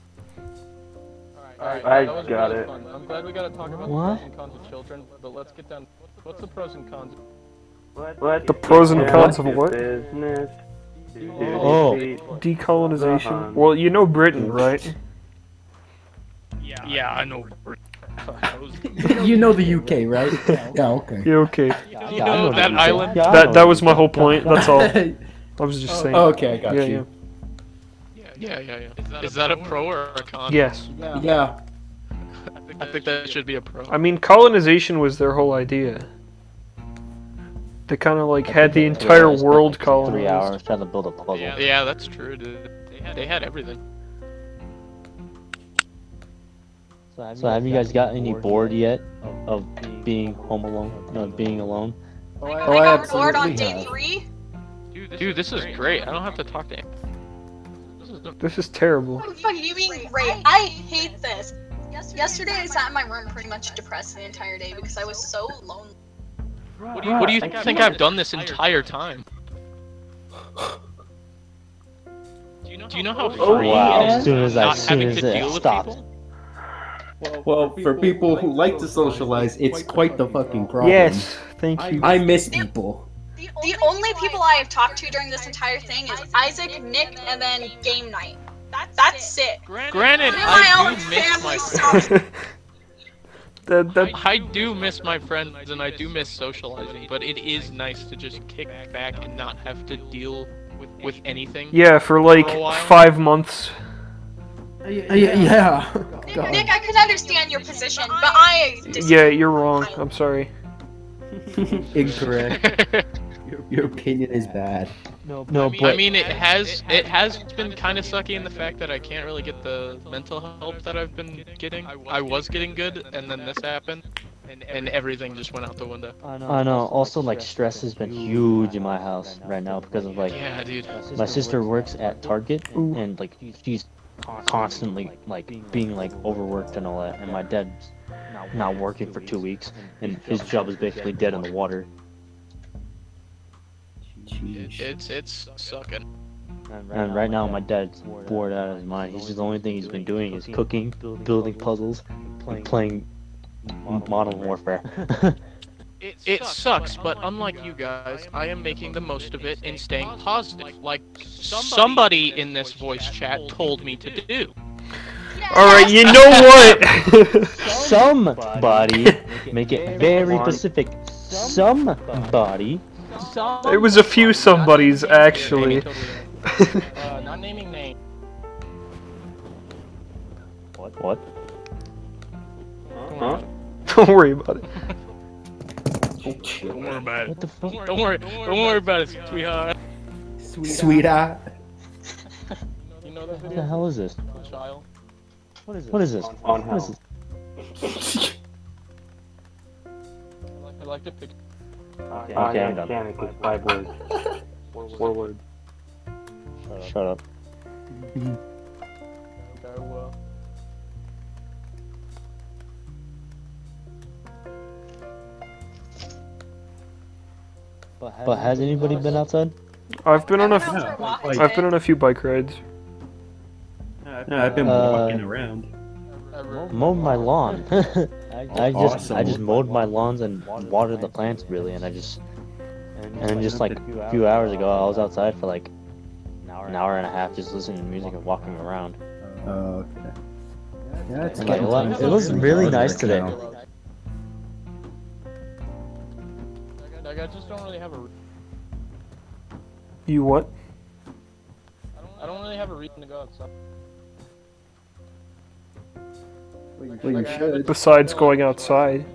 Alright, I that was got really it. fun. I'm glad we got to talk about What? the pros and cons of children, but let's get down. What's the pros and cons? What? The pros and Yeah, cons of what? Business. Oh. decolonization. Well, you know Britain, right? Yeah, yeah, I know. *laughs* you know the UK, right? *laughs* yeah, okay. Yeah, okay. You know that island? Yeah, I know That that it. was my whole point. That's *laughs* all. I was just saying. Oh, okay, I got yeah, yeah. you. Yeah, yeah, yeah. yeah. Is that a pro or a con? Yes. Yeah. I think that should be a pro. I mean, colonization was their whole idea. They kind of like had the It entire was like world Three colonized. hours trying to build a puzzle. Yeah, yeah, that's true. Dude. They had, they had everything. So have you guys got any bored yet Oh. of being home alone? No, being alone. I Oh, I got bored on absolutely day have. three. Dude, this, is great. I don't have to talk to him. This is This is terrible. What the fuck are you being great? I hate this. Yesterday I sat in my room pretty much depressed the entire day because I was so lonely. What do you, what do you think I've done this entire time? Do you know, how free wow. it is As soon as I- not as soon having as to it deal with stopped. people? Well, for people who like to socialize, it's quite the fucking problem. Yes, thank *laughs* you. *laughs* I miss people. The only people I have talked to during this entire thing is Isaac, Nick, and then game night. That's it. Granted, Me and my I own do miss my family friends. sucks. that that I do miss my friends and I do miss socializing, but it is nice to just kick back and not have to deal with, with anything. *laughs* yeah for like For a while. five months. Uh, Yeah. yeah. *laughs* Nick, Nick, I can understand your position, but I disagree. Yeah, you're wrong. I'm sorry. *laughs* Incorrect. Your opinion is bad. No, I mean, but I mean, it has it has been kind of sucky in the fact that I can't really get the mental help that I've been getting. I was getting good, and then this happened, and and everything just went out the window. I know. Also, like stress has been huge in my house right now because of like Yeah, dude. my sister works at Target Ooh. and like she's constantly like being like overworked and all that, and my dad's not working for two weeks, and his job is basically dead in the water. It, it's it's sucking. And right now, my dad's bored out of his mind. He's just the only thing he's been doing is cooking, building puzzles, and playing Modern Warfare. *laughs* It, sucks, but unlike you guys, I am making the most of it and staying positive. Like somebody in this voice chat told me to do. All right, you know what? *laughs* *laughs* Somebody, *laughs* make it very specific. Somebody. It was a few somebodies, actually. Uh, not naming names. What? What? Huh? Don't worry about it. Don't worry about it. What the fuck? Don't worry. Don't worry about it, sweetheart. Sweetheart. You know that What the video? hell is this? Child. What is this? On What is how? this? I like, I like to pick. Okay, okay, I I'm done. understand it because five words. Four words. Shut up. Okay, well. But has anybody been outside? I've been on a, Everyone else are f- walking. I've been on a few bike rides. No, I've been Uh, walking around. I re- Mowed my lawn. *laughs* I just I Awesome. just mowed my lawns and watered the plants really, and I just and then just like a few hours ago I was outside for like an hour and a half just listening to music and walking around. Oh, okay. Yeah, it's Like, getting it was- times it was like really hours nice right today. now. Like, I just don't really have a. Re- You what? I don't, I don't really have a reason to go outside. Well, you Like, I haven't- should. Besides going outside.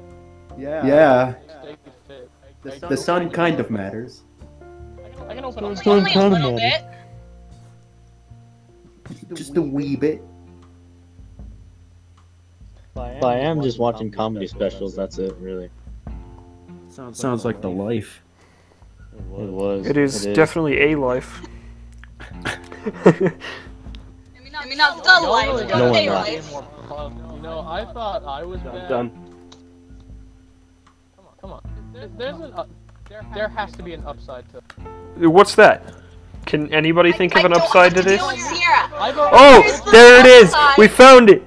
Yeah. Stay fit. I- I- The sun kind of matters. I can- I can open up. Don't Only a tell little nobody. bit. Just a wee bit. But I am just watching comedy specials. That's it, really. Sounds like the life. It was. It is definitely a life. *laughs* I mean, not the life, No but one they knows. life. You know, I thought I was bad. Done. Come on, come on. There, there's an up, there has to be an upside to. What's that? Can anybody think of an upside to this? Sierra. I've already. Oh, there it is! We found it!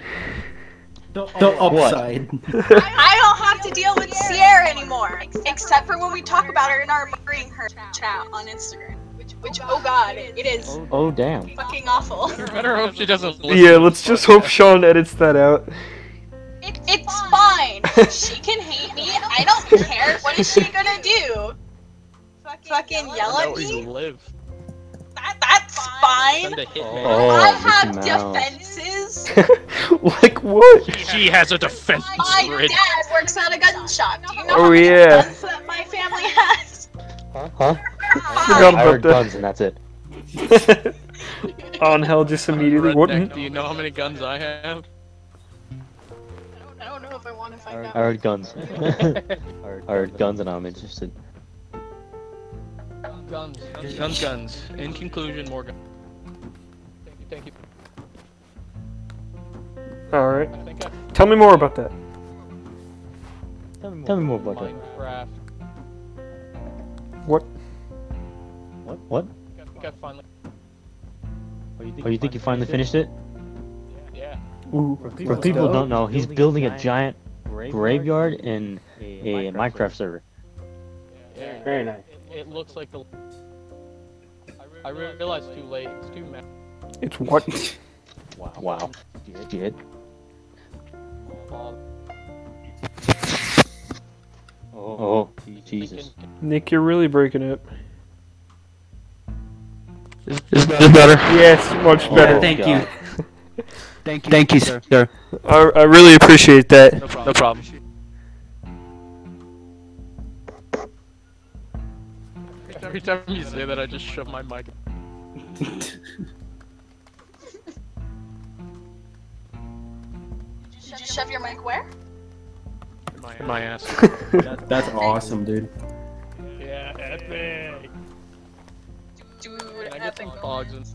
The, upside. I don't have to deal with Sierra anymore, except for when we talk about her in our murdering her chat on Instagram. Which, which oh god, it is Oh damn. fucking awful. You better hope she doesn't listen. Yeah, let's just hope Sean edits that out. *laughs* It, it's fine. *laughs* she can hate me. I don't care. What is she gonna do? Fucking, yell know at where you me? live. That, that's fine. Send a hitman. Oh, I Mickey have Mouse. defenses. like what? *laughs* She has a defense *laughs* My grid. dad works at a gun shop. Do you know Oh, how many yeah. guns that my family has? Huh? Forgot I about heard that. guns and that's it. On hell just immediately. What? Redneck, Do you know how many guns I have? I don't know if I want to find I out. heard *laughs* guns. I heard guns and I'm interested. Guns. Guns. Guns. In conclusion, more guns. Thank you. Thank you. Alright. I think I Tell me more about that. Tell me more about that. Minecraft. What? What? What? I think I finally. Oh, you think you finally finished it? Yeah. Ooh. For people who don't know, he's building a giant graveyard in a Minecraft server. yeah. Very nice. It, it looks like the. I re- realized too late. It's too messy. It's what? Wow. Shit. Oh, Jesus. *laughs* Nick, you're really breaking it. Is is this better? Yes, much Oh, better. thank you. God. Thank you. Thank you, sir. I, I really appreciate that. No problem. No problem. Every time you say that, I just shove my mic. Did you shove your mic where? in my ass. That, that's awesome, dude. yeah, epic. Dude, Can I get epic. some cogs and.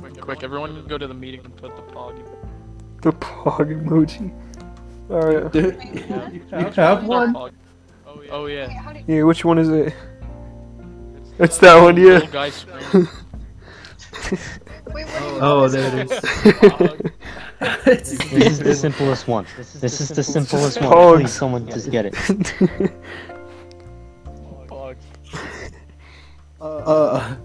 Quick, quick, everyone go to the meeting and put the pog. The pog emoji. Alright. *laughs* You have one? Pog. Oh yeah. Oh yeah. How do you- Yeah, which one is it? It's that one, yeah. Little guy screaming. Wait, what do you Oh, there it Pog. is. This is the simplest one. *laughs* This is the simplest one. Pog. Please, someone just get it. Pog. *laughs* Uh,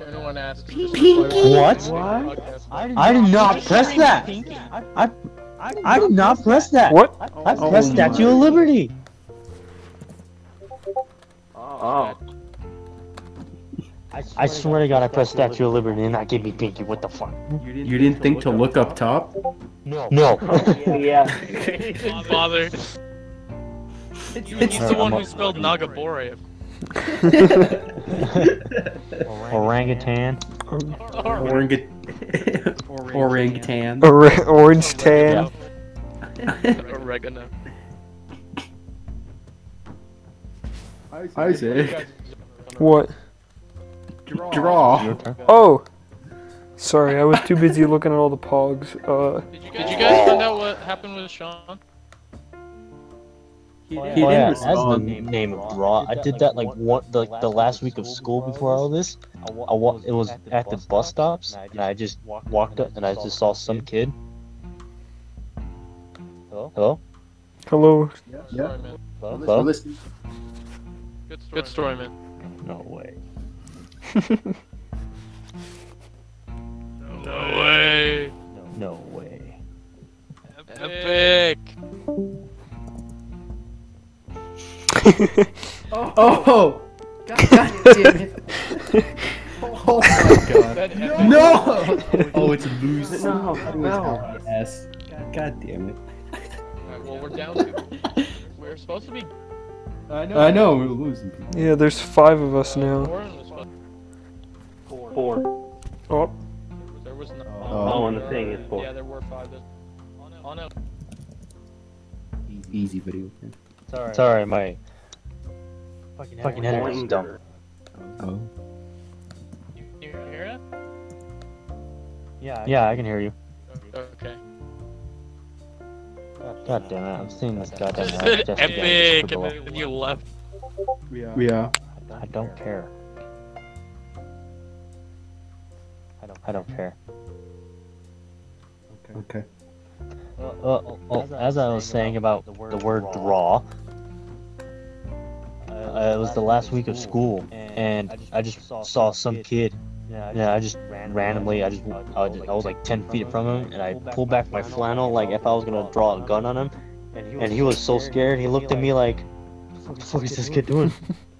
Everyone asked. *laughs* What? What? I did not press that. I, I, I did not press that. What? I Oh pressed Statue of my. Liberty. *laughs* Oh. I swear to God, I pressed Statue of Liberty and that gave me pinky. What the fuck? you didn't think to look up top? No. Oh, *laughs* No. yeah. Father. He's the I'm one a- who spelled Nagabore. Orangutan. *laughs* Orang- Orangutan. Or- orange tan. Oregano. Isaac, What? draw. Oh! Sorry, I was too busy looking at all the pogs. Uh, Did you guys, did you guys find out what happened with Sean? He Oh, didn't yeah, that's the respond. name, name of Draw. I did that like one, the, the last week of school before all this. I wa- it was at the bus stops, and I just walked up and I just saw some kid. Hello? Hello? hello. Yeah. Sorry, man. Hello? Listen. Good story, Good story man. No way. *laughs* No way. No way. Epic. Oh! *laughs* God damn it. That- Oh my god. No! Oh, it's loose. No, no. Yes. God damn it. Alright, well, we're down to. *laughs* We're supposed to be. I know. I know, we're losing. Yeah, there's five of us now. Four and we're supposed- Four. Oh, There was no. Oh, and the thing is four. Yeah, there were five. There's... Oh no. *laughs* Oh, no. Oh. Easy video. It's alright, my fucking head is Boinder. dumb. Oh. You, you hear it? Yeah, I can hear you. Okay. God damn it, I'm seeing this goddamn Just ass said just epic, go. and then you left. Yeah. Yeah. I don't care. I don't, I don't care. Okay. Well, well, as I was saying about the word draw, uh, it was the last week of school, and I just saw some kid. Yeah, I just randomly, I just, I was, I was like 10 feet from him, and I pulled back my flannel like if I was gonna draw a gun on him, and he was so scared. He looked at me like, "What the fuck is this kid *laughs* doing?"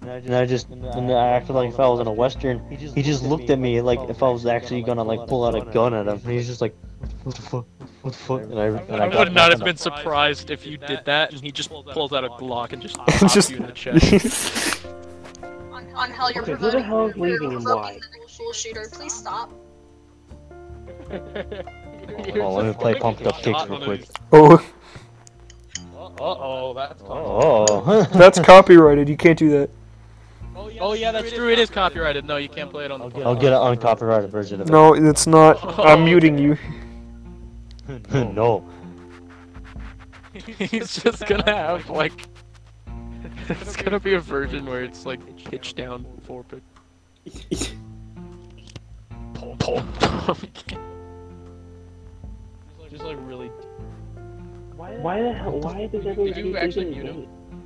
And I just, and I acted like if I was in a western. He just looked at me like if I was actually gonna like pull out a gun at him. And he was just like, "What the fuck? What the fuck?" And I, and I I got would back not have on the- been surprised if you did that, and he just pulls out a *laughs* Glock and just It's *laughs* pops *laughs* just- you in the chest. On, on hell, you're Okay, who the promoting. hell is you're leaving and why? promoting the school shooter. Please stop. *laughs* Hold on, Oh, let me play Pumped Up Kicks real quick. *laughs* oh, Uh oh, that's. *laughs* Oh, that's copyrighted. You can't do that. Oh yeah, that's true. It is copyrighted. No, you can't play it on the. I'll get an uncopyrighted version of it. No, it's not. *laughs* I'm muting you. *laughs* no. *laughs* He's just gonna have like. *laughs* It's gonna be a version where it's like pitch down four *laughs* pick. Pom, pom, pom. *laughs* Just like really. Why the hell? Why does everyone Did you keep actually thinking mute it's me?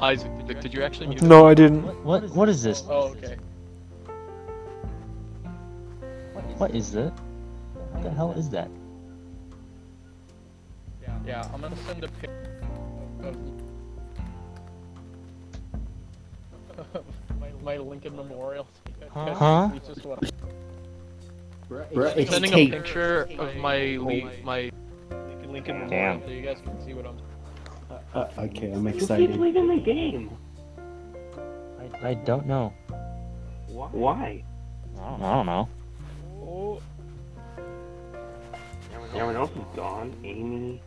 Isaac, did you, did you actually mute? No, I didn't. What? What is this? Oh okay. What is this? What the hell is that? Yeah, I'm gonna send a *laughs* pic of, of my, my Lincoln Memorial. Huh? It's just what- Bruh, it's sending a tape. picture of my le- my link in the Damn. morning so you guys can see what I'm. Uh, okay, I'm Who keeps excited. leaving the game? I, I don't know. Why? I don't, I don't know. Oh, Everyone else is gone. Amy,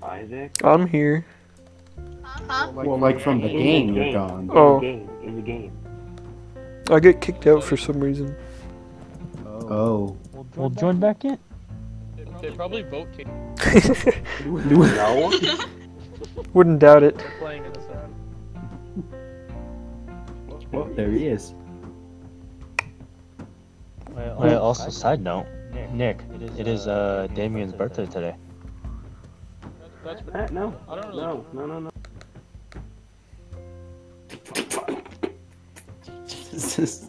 Isaac. I'm here. Huh? Well, like from the In game, you're gone. Oh. In the game. In the game. I get kicked out for some reason. *laughs* *laughs* Oh. We'll join back in. they, they probably vote Kate. No. Wouldn't doubt it. They're playing it. So. Well, there he is. Wait, also, side note, Nick, it is uh Damien's birthday today. That's, that's, Uh, no. I don't really. No. No. No. No. This is-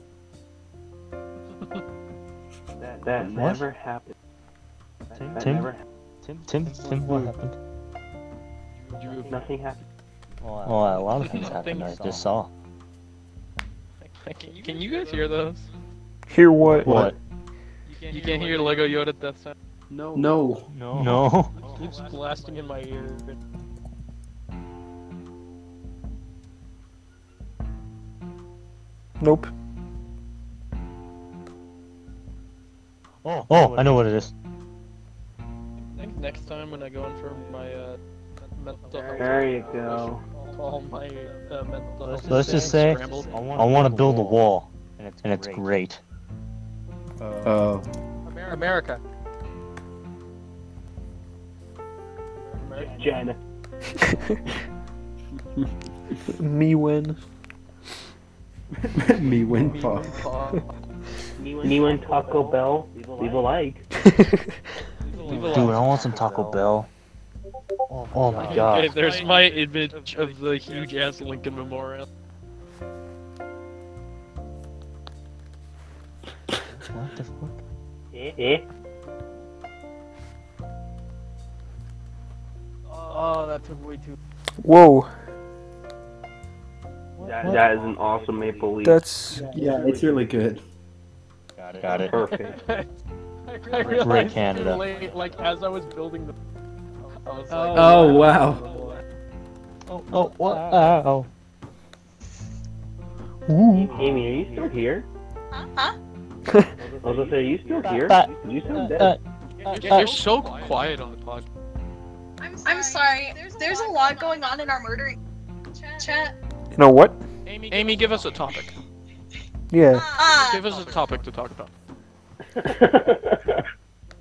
That, that What? never happened. That, Tim- that Tim? never happened. Tim, Tim, what happened? You, Nothing happened. Well, a lot of things happened. I Things just saw. *laughs* can, can you guys hear those? Hear what? What? You can't hear Lego Yoda death sound. No. No. No. No. Keeps blasting in my ear. Nope. *laughs* Oh, oh, I know what it is. I think next time when I go in for my uh, mental health, There you go. I'll call my uh, mental health. Let's just say I scrambled. want to build a wall, and it's and it's great. Oh. America. America. Jen. Me when? *laughs* Me win fuck. New and Taco Bell. Leave a like. Leave a Dude, like. I want some Taco Bell. Oh my Okay, god. there's my image of the huge ass Lincoln Memorial. What the fuck? Eh? eh? Oh, that took way too. Whoa. That, that is an awesome Maple Leaf. That's Yeah, it's really good. Got it. Got it. perfect. I realized Canada. too late, like as I was building the. I was like, Oh, wow. Oh, oh, what? Oh. Amy, are you still here? Huh? Huh? I was gonna say, are you still here? That- You sound that- dead. You're, you're so quiet on the podcast. I'm sorry. There's, a lot going on in our murder chat. you know what? Amy, give us a topic. Yeah. Ah, Give us a topic to talk about. *laughs*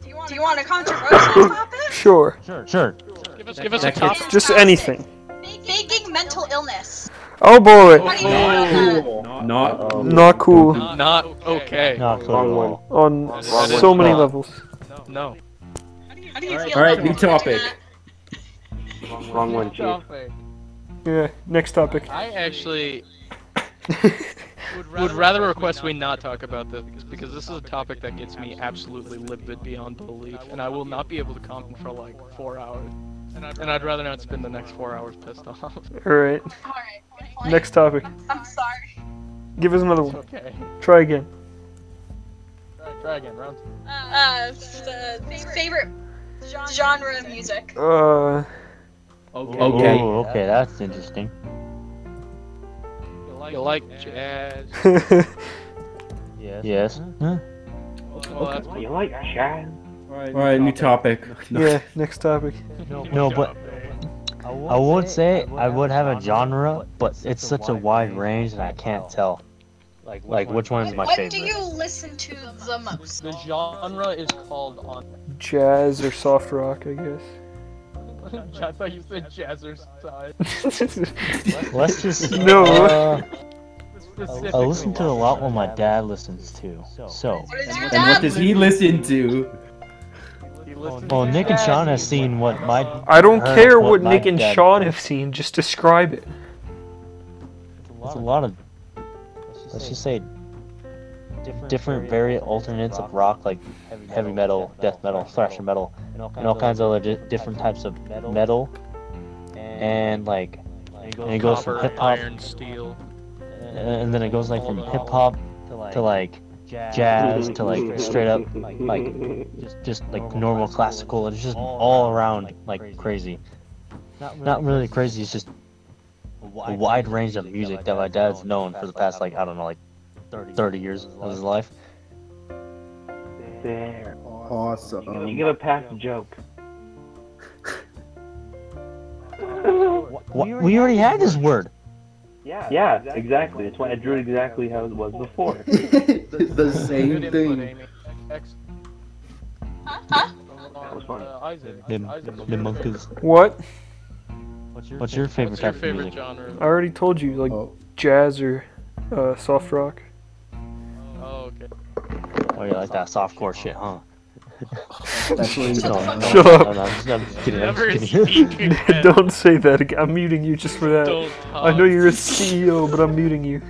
do you want, do you want a controversial topic? Sure. Sure, sure. Give us, give us a Next- topic. Just anything. Faking mental illness. Oh boy. What do you think about that? Not. Not cool Not, okay. Not cool at Wrong all. on That is so many not- levels. No. How do you feel All right, about new doing topic. that? Wrong one, Chief. Yeah. Next topic. I actually would rather, request we not talk about this because this is a topic that gets me absolutely livid beyond belief, and I will not be able to comment for like four hours. And I'd, rather not spend the next four hours pissed off. All right. All right, good point. Next topic. I'm sorry. Give us another *laughs* one. okay. Try again. Try, try again, round two. Uh, the favorite genre of music. Uh. *laughs* Okay. Ooh, okay, that's interesting. You like, you like jazz. Yes. Yes. Huh? Well, that's- You like jazz? Alright, new *laughs* topic. yeah. Next topic. No, but I would say I would have a genre, but it's such a wide range and I can't tell. Like, like which one's my what do favorite? you listen to the most? the genre is called on. *laughs* Jazz or soft rock, I I thought you said jazzercise. guess. Let's *laughs* just No. Uh, I Specifically. listen to a lot what my dad listens to. So, What is your And what dad? does he listen to? He listens well, to Nick and jazz Sean have music. seen what my I don't Uh, care what what my Nick and dad- Sean have seen. Just describe it. It's a lot of, let's just say, different, very alternates of rock, like heavy metal, death metal, thrasher metal, and all kinds of other di- different types of metal, and like, and it goes from Copper, hip hop, iron, steel. and then it goes like from hip hop to like jazz to like straight up like like just just like normal classical. It's just all around like crazy. Not really crazy. It's just a wide range of music that my dad's known for the past like I don't know like 30 years of his life. There. You Awesome. gotta pass the joke. Wha- We already had this word. *laughs* Yeah, yeah, exactly. That's why I drew it exactly how it was before. *laughs* the Good same input, thing. Amy. Ex- Huh? Huh? That was funny. Uh, Isaac. Lim- Isaac, what's your favorite- Limonkas. What? What's your favorite What's your type of favorite music? genre? I already told you, like Oh, jazz or uh, soft rock. Oh, okay. Oh, you like that softcore shit, *laughs* huh? that's what he's No, no, no, Shut up. no, no, I'm just, I'm just kidding. I'm Never just kidding. *laughs* speaking. *laughs* Don't say that again. I'm muting you just for that. Don't talk. uh, I know you're a CEO, but I'm muting you.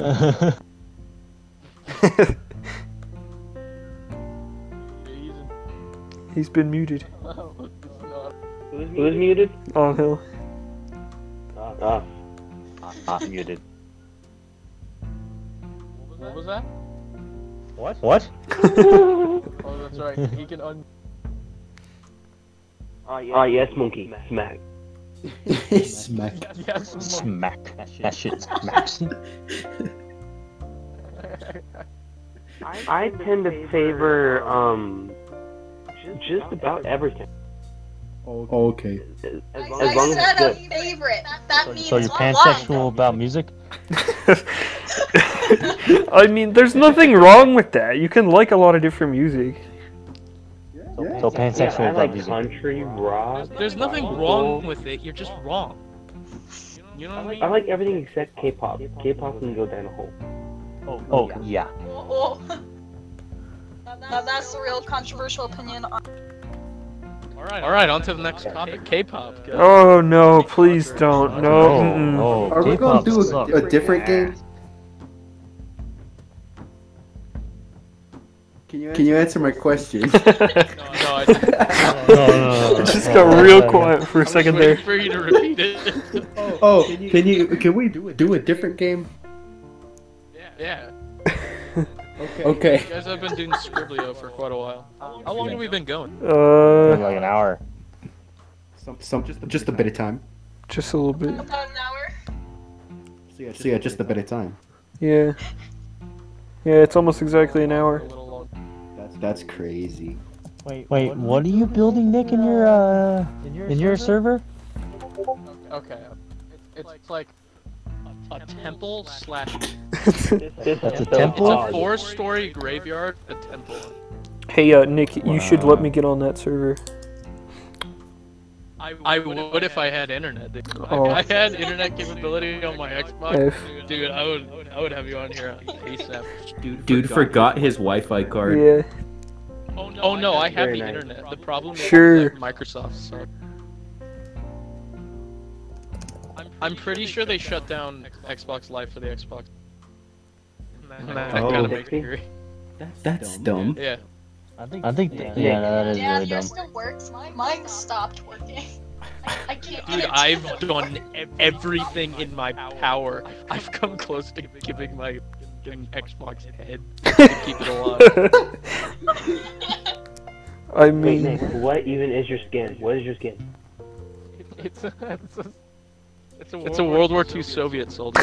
Oh, using- *laughs* *laughs* He's been muted. Oh, No, it's not. Who's muted? On hill. Ah, Not ah, muted. What was that? What? Oh, that's right. He can un. ah, yes, monkey. Smack. smack. Yes. Mo- Smack. That shit *laughs* smacks. I tend to favor um just about everything. *laughs* Okay. As I long as said it's a good. favorite. That means So you're one. pansexual about music? *laughs* I mean, there's nothing wrong with that. You can like a lot of different music. Yeah. So Yeah, pansexual I about like music. country, rock. There's nothing wrong with it. You're just wrong. You know what I mean? I like everything except K-pop. K-pop can go down a hole. Oh yeah. Oh, oh. *laughs* Now that's a real controversial opinion. On- All right. All right. On to the next topic. Uh, K-pop. guys. Oh no, please don't. No. Oh, mm-mm. no. Are we gonna Oh, K-pop do *laughs* sucks. a, a different game? Can you, answer my question? *laughs* No, no, I didn't. No, *laughs* no, Oh, no, oh. no, no, Just no, got no, *laughs* real no, no. quiet for a second Waiting there. for you to repeat it. oh, can you can we do a different game? *laughs* yeah. Okay. You guys have been doing Scriblio for quite a while. How long have we been going? Uh, Like an hour. Some just a bit of time. just a little bit. about an hour. So yeah, just a bit of time. Yeah. Yeah, it's almost exactly an A hour. little long. That's that's crazy. Wait, what are you building, Nick, in your uh in your server? Okay. It's, it's like a, a temple slash. This That's a is so temple? odd. It's a four-story graveyard. A temple. hey, uh, Nick, you should let me get on that server. I I would if I had internet. dude. If Oh. I had internet capability on my Xbox, If- dude, I would I would have you on here *laughs* ASAP. Dude, dude forgot his Wi-Fi card. Yeah. Oh no, I have Very the nice. internet. The problem is Sure. that Microsoft sucks. I'm pretty sure they shut down Xbox Live for the Xbox. And that Oh. kinda makes me *laughs* angry. That's dumb. Yeah. I think I think yeah, Yeah. no, that is Dad, really yours dumb. still works. Mine, mine stopped working. I, I can't get Dude, it to I've work. done ev- everything in my power. I've come close to giving my giving Xbox head to keep it alive. *laughs* I Wait, mean, Nick, what even is your skin? What is your skin? *laughs* *laughs* It's a, it's a, it's a, World War II Soviet soldier.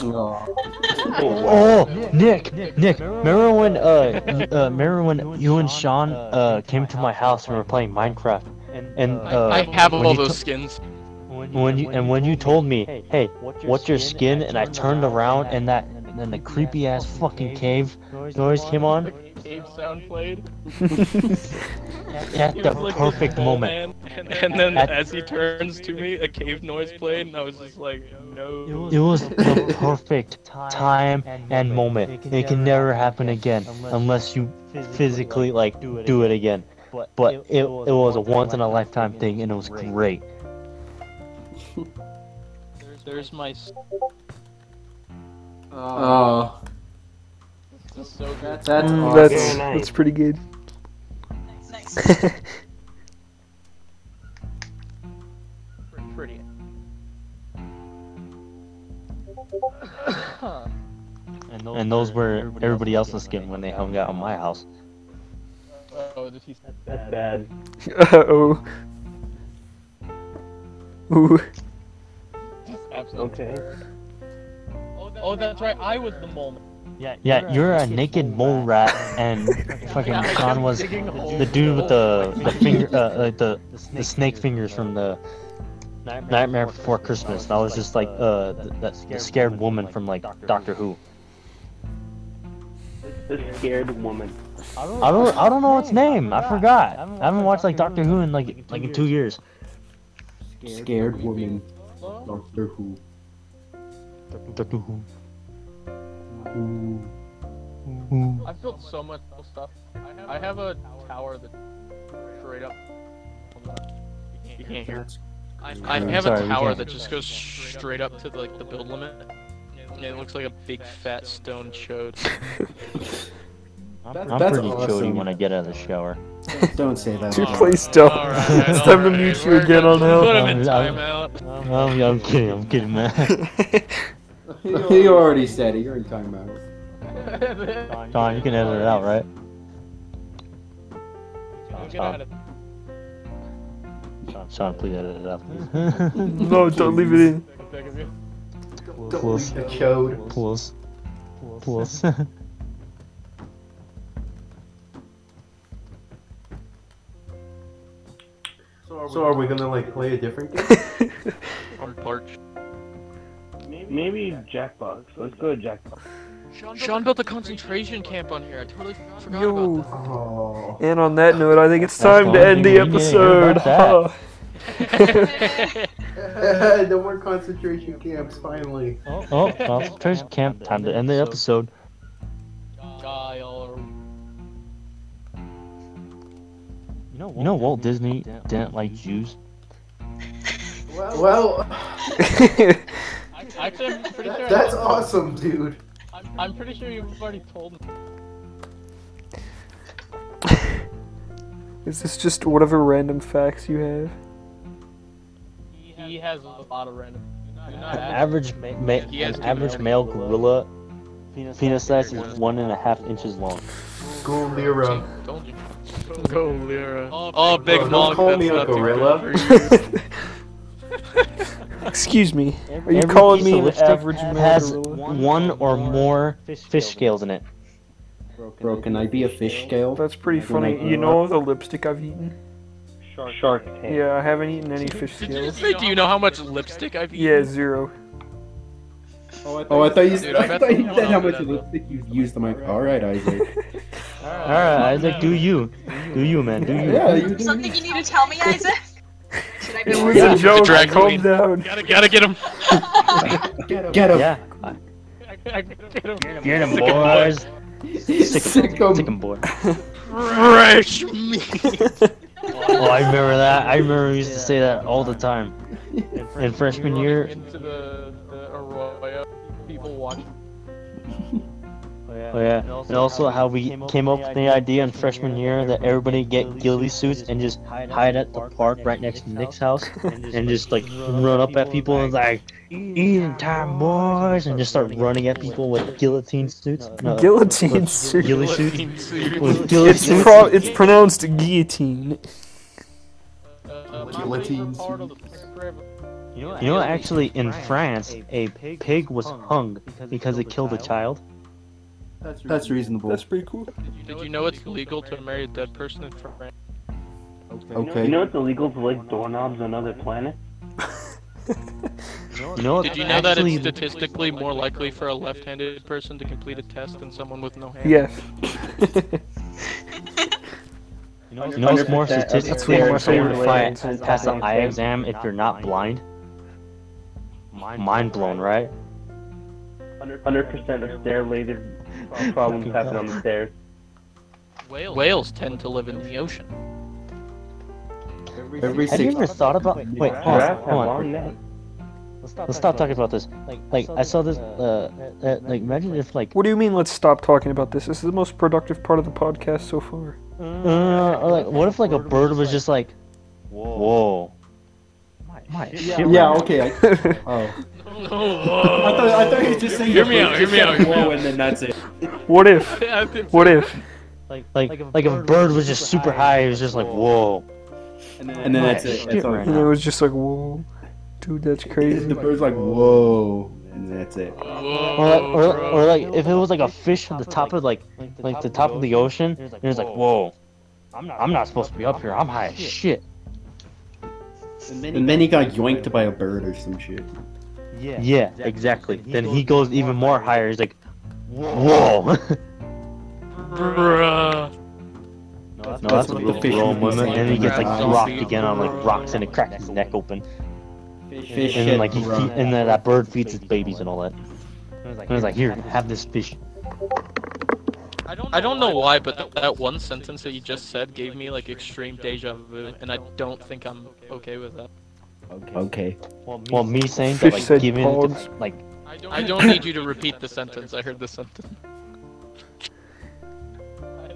Oh, Nick, Nick, remember when uh, y- uh remember when you and Sean uh came to my house and we were playing Minecraft and uh I have when all you those to- skins. when you and when you told me, hey, what's your skin? And I turned around and that and then the creepy ass fucking cave noise came on. Abe sound played. At the perfect moment, And, and then At- as he turns to me, a cave noise played, and I was just like, no. it was *laughs* *laughs* the perfect time and moment. It can never happen again unless you physically like do it again. But it, it was a once in a lifetime thing and it was great. There's my. s- Oh, This is so good. that's mm, awesome. that's Very nice. that's pretty good. *laughs* Nice. *laughs* Pretty. And and those were everybody else's skin when they hung out at my house. Oh, did he? That's bad. Uh oh. Ooh. Absolutely. Okay. Oh, that's right. I was the mole. Yeah, you're a naked mole rat, *laughs* and fucking Sean was the dude with the the finger, uh, like the the snake fingers from the Nightmare Before Christmas. That was just like uh the, that the scared woman from like Doctor Who. The scared woman. I don't I don't know its name. I forgot. I haven't watched like Doctor Who in like like in two years. Scared woman. Doctor Who. Doctor Who. I've built so much cool stuff. I have a tower that's straight up. You can't hear. I, I Yeah, have sorry, a we tower can't. that just goes straight up to the, like the build limit. And it looks like a big fat stone chode. *laughs* I'm That's pretty chody awesome. when I get out of the shower. Don't say that. *laughs* Dude, please don't. *laughs* *laughs* it's time to mute you again on Put out. him in Um, timeout. Oh, yeah, I'm kidding. I'm kidding, man. *laughs* you already said it. You're in timeout. *laughs* *laughs* Sean, you can edit it out, right? Get out of- Sean, Sean, please edit it out. please. No, don't leave it in. Plus, plus, *laughs* plus. So are we gonna like play a different *laughs* game? I'm parched. Maybe Jackbox. Let's go to Jackbox. Sean built a concentration camp on here. I totally forgot about Yo. that. Oh. *laughs* And on that note, I think it's time to all end you the need to hear episode. about that. Huh. no more concentration camps. Finally. Oh, well, Trace Camp, time to end the episode. Guile. You know Walt Disney didn't like Jews? Well, *laughs* Actually, I'm pretty sure. that's awesome, dude. I'm, I'm pretty sure you've already told me. *laughs* Is this just whatever random facts you have? He has a lot of random. You're not An asking. average, ma- ma- He has an two average male gorilla penis size is one and a half inches long. Go Lira. Don't you? Go Lyra. Oh, big Don't mog. call that's me a not too gorilla. good for you. *laughs* Excuse me. Are you Every calling piece me of an lipstick average male has gorilla? one or more fish scales in it. Bro, can I be a fish scale? That's pretty When I funny. You grew know the lipstick I've eaten? Shark Tank. Yeah, I haven't eaten any fish Did you just scales. say, do you know how much lipstick I've eaten? Yeah, zero. Oh, I thought you, Dude, I I bet thought you someone said how else much did that, lipstick you've used. I'm like, all right, Isaac. Alright, Isaac, do you. Do you, man, do you. yeah, you do. Something you need to tell me, Isaac? Should I be It *laughs* more was a He's a joke. *laughs* drag Calm queen. down. Gotta, gotta get him. Get him. Yeah. Get him, boys. Sick him. Sick 'em, boy. Fresh meat. *laughs* *laughs* Oh, I remember that. I remember we used to say that all the time. In freshman year, Into the, the arroyo. People watching. oh yeah, and also how we came up with the idea in freshman year that everybody get ghillie suits and just hide at the park right next to Nick's house and just like run up at people and like eating time boys and just start running at people with guillotine suits. No, Guillotine with suit. Ghillie *laughs* suits. With ghillie It's suits. pro- it's pronounced guillotine. Uh, my favorite Guillotines. part of the- You know, what, actually, in France, a pig was hung because it killed a child. That's reasonable. That's pretty cool. Did you know it's illegal to marry a dead person in France? okay. You know it's illegal to lick doorknobs on other planets? You know, Did you know that it's statistically more likely for a left-handed person to complete a test than someone with no hands? *laughs* Yes. You know, it's more 100% statistically of more someone fair to fight and pass an fair eye and exam if you're not blind. Mind blown, right? 100% of *laughs* stair-related problems happen on the stairs. Whales. *laughs* tend to live in the ocean. Every Have you six. ever thought about? Wait, hold on, Giraffes have hold on. long necks. Let's stop talking about this. Like, I saw this. Uh, uh, like, imagine if like, What do you mean? Let's stop talking about this. This is the most productive part of the podcast so far. uh, like, what if like a bird was just like, whoa. My shit, Yeah. right Okay. I, oh. *laughs* I thought, I thought he was just saying. Hear me out, hear me out, hear me Whoa, out. and then that's it. What if? What if? Like, like, like, if a bird was just super high, it was just like, whoa. And then that's it. That's all. Right And it was just like, whoa, dude, that's The crazy. bird's like, whoa, and that's it. Or, like, Whoa, or, bro. or like, if it was like a fish on the top of like, like the top of the ocean, it was like, whoa. I'm not, I'm not supposed to be up here. I'm high as shit. And then he got yoinked by a bird or some shit. Yeah, exactly. Then he goes even more higher. He's like, whoa. Bruh. No, No, that's what the fish wrong was one. And saying. then he gets like Grabs rocked the- again on like rocks and it cracks his neck open. Fish And then like he shit, feed, bruh. and then that bird feeds his babies and all that. And I was like, here, have this fish. I don't know why, but that, that one sentence that you just said gave me like extreme deja vu, and I don't think I'm okay with that. Okay. Well, me saying that Fish like said giving it pogs. to, like I don't need *laughs* you to repeat the sentence. I heard the sentence.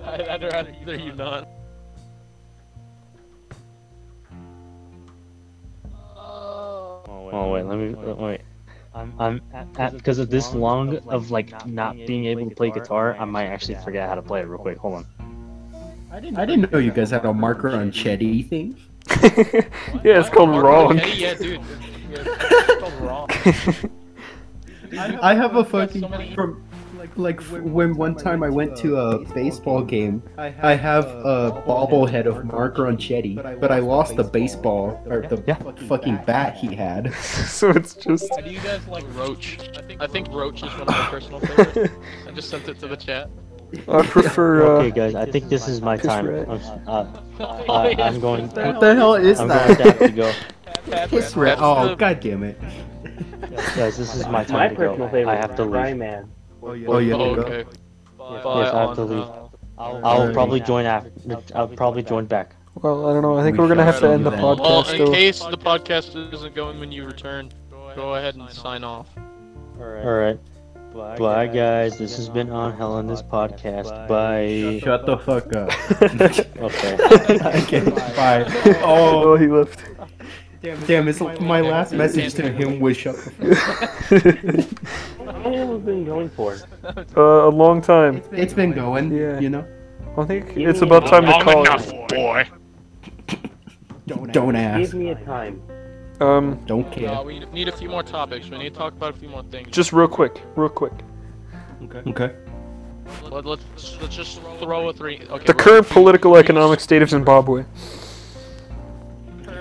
I- I'd rather you not. Oh wait, let me wait. I'm, I'm at, because of this long of like not being able to play guitar, I might actually forget how to play it real quick. Hold on. I didn't, I didn't know you guys had a marker on Chetty thing. yeah, it's called wrong. Okay, yeah, dude. *laughs* Yeah, it's called wrong. I have a fucking from like like when one time I went to a baseball game, I have a bobblehead of Marker on Chetty, but I lost the baseball or the Yeah. fucking bat he had. *laughs* *laughs* so it's just. How do you guys like Roach? I think, I think Roach is one *laughs* of my personal favorites. I just sent it to the chat. I prefer. Uh, Okay, guys, I think this is my Chris time. Red. I'm, uh, I, I'm going. I'm What the hell is going to that? have to go. *laughs* Piss rat. Oh god damn it. Guys, this is my My time to personal go. favorite I have to is leave. Rayman. Oh yeah. Oh, there you go. okay. Yes, I have to leave. I'll probably join after. I'll probably join back. well, I don't know. I think We we're gonna should have to end the do that. Well, podcast in though. case the podcast isn't going when you return, go ahead and sign off. All right. Bye, guys. This has been on Hell on this podcast. Bye. Shut the fuck *laughs* up. Okay. okay. *laughs* Bye. Oh, he left. Damn, it's my last message to him was *laughs* shut the fuck How long have we been going for? Uh, a long time. up. It's been going, Yeah. you know? I think it's about time to Long call enough, it. boy. Don't ask. Give me a time. Um, Don't care. Uh, we need a few more topics. We need to talk about a few more things. just real quick, real quick. Okay. Let, let's, let's just throw a three. Okay, *laughs* The we're- current political economic state of Zimbabwe.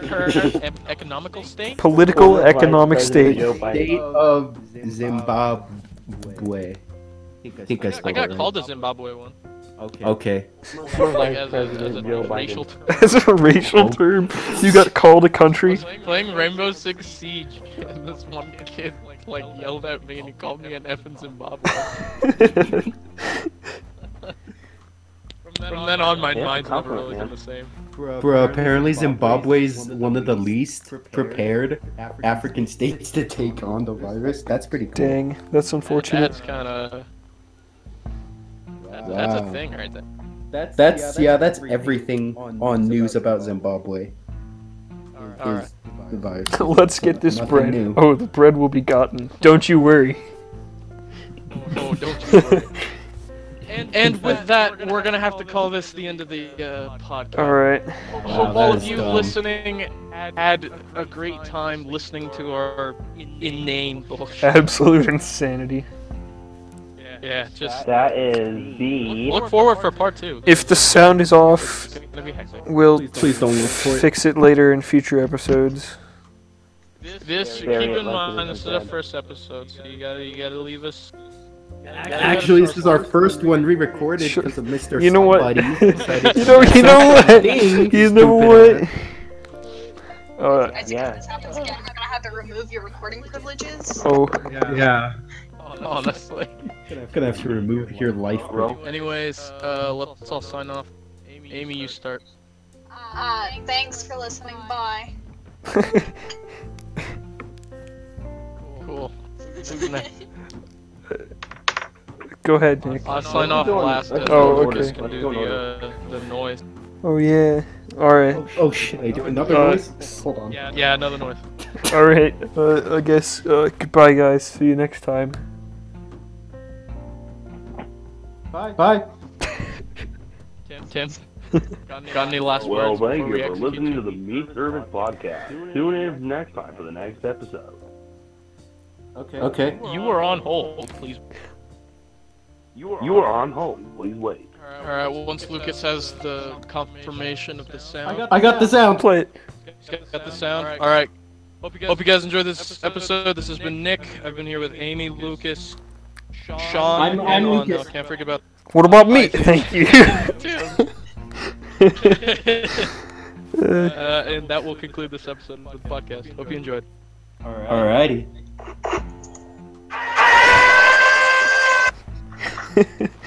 current em- economical state. Political Vice economic President *laughs* state. Joe Biden. State of Zimbabwe. I think I I spelled got it called a Zimbabwe one. right. Okay. Like Vice as a, as President a Joe Biden. racial term. As a racial term, you got called a country. Playing Rainbow Six Siege, *laughs* and this one kid like like yelled at me and he called me an effing Zimbabwe. From then on, my Yeah, mind's never compliment, really man. been the same. Bro, apparently Zimbabwe's one of the least prepared African states to take on the virus. That's pretty cool. *laughs* Dang, that's unfortunate. That's kind of. That's a Wow. thing right there. That's, yeah, that's everything on news about Zimbabwe. Alright. Is the *laughs* virus. Let's get this Nothing bread. new. Oh, the bread will be gotten. Don't you worry. Oh, don't you worry. And, and with that, we're gonna have to call this the end of the uh, podcast. All right. Wow, Hope that all of is you dumb. listening had, had a great time listening to our inane bullshit. Absolute insanity. *laughs* Yeah, just That is the. look forward for part two. If the sound is off, It's gonna be hectic. we'll Please don't look for it. fix it later in future *laughs* episodes. This keep very in likely mind this is is a our bad- first episode, so you gotta you gotta leave us. *laughs* Actually, this is our first one re-recorded Sure. because of Mr. You know what? Somebody. decided you to *laughs* know. do You know what? something. You know Stupid what? Uh, Guys, Yeah. if this happens again, we're gonna have to remove your recording privileges. oh, ass. Yeah. Honestly. Gonna have to remove your life, bro. Anyways, uh, let's all sign off. Amy, you start. Uh, thanks for listening. Bye. Cool. Good night. *laughs* go ahead, Nick. I'll sign off last. uh, Oh, That's and all we're okay. just gonna do the, uh, the noise. Oh yeah. All right. Oh shit! I do another Uh, noise. Hold on. Yeah, yeah, another noise. All right. Uh, I guess. Uh, goodbye, guys. See you next time. Bye. Bye. Tim, Tim, *laughs* got any, got any last Well, words? thank before we you for execute listening to the Meat Service Podcast. Tune in next time for the next episode. Okay. Okay. You were on hold, please. You are on hold. Please wait. All right. well, once Lucas has the confirmation of the sound, I got the sound. Play it. Got the sound. All right. Hope you guys, enjoyed this episode. This has been Nick. I've been here with Amy, Lucas, uh, Sean, I'm- and I'm on, Lucas. uh, can't forget about. What about me? Thank you. uh, and that will conclude this episode of the podcast. Hope you enjoyed. Alrighty. Uh,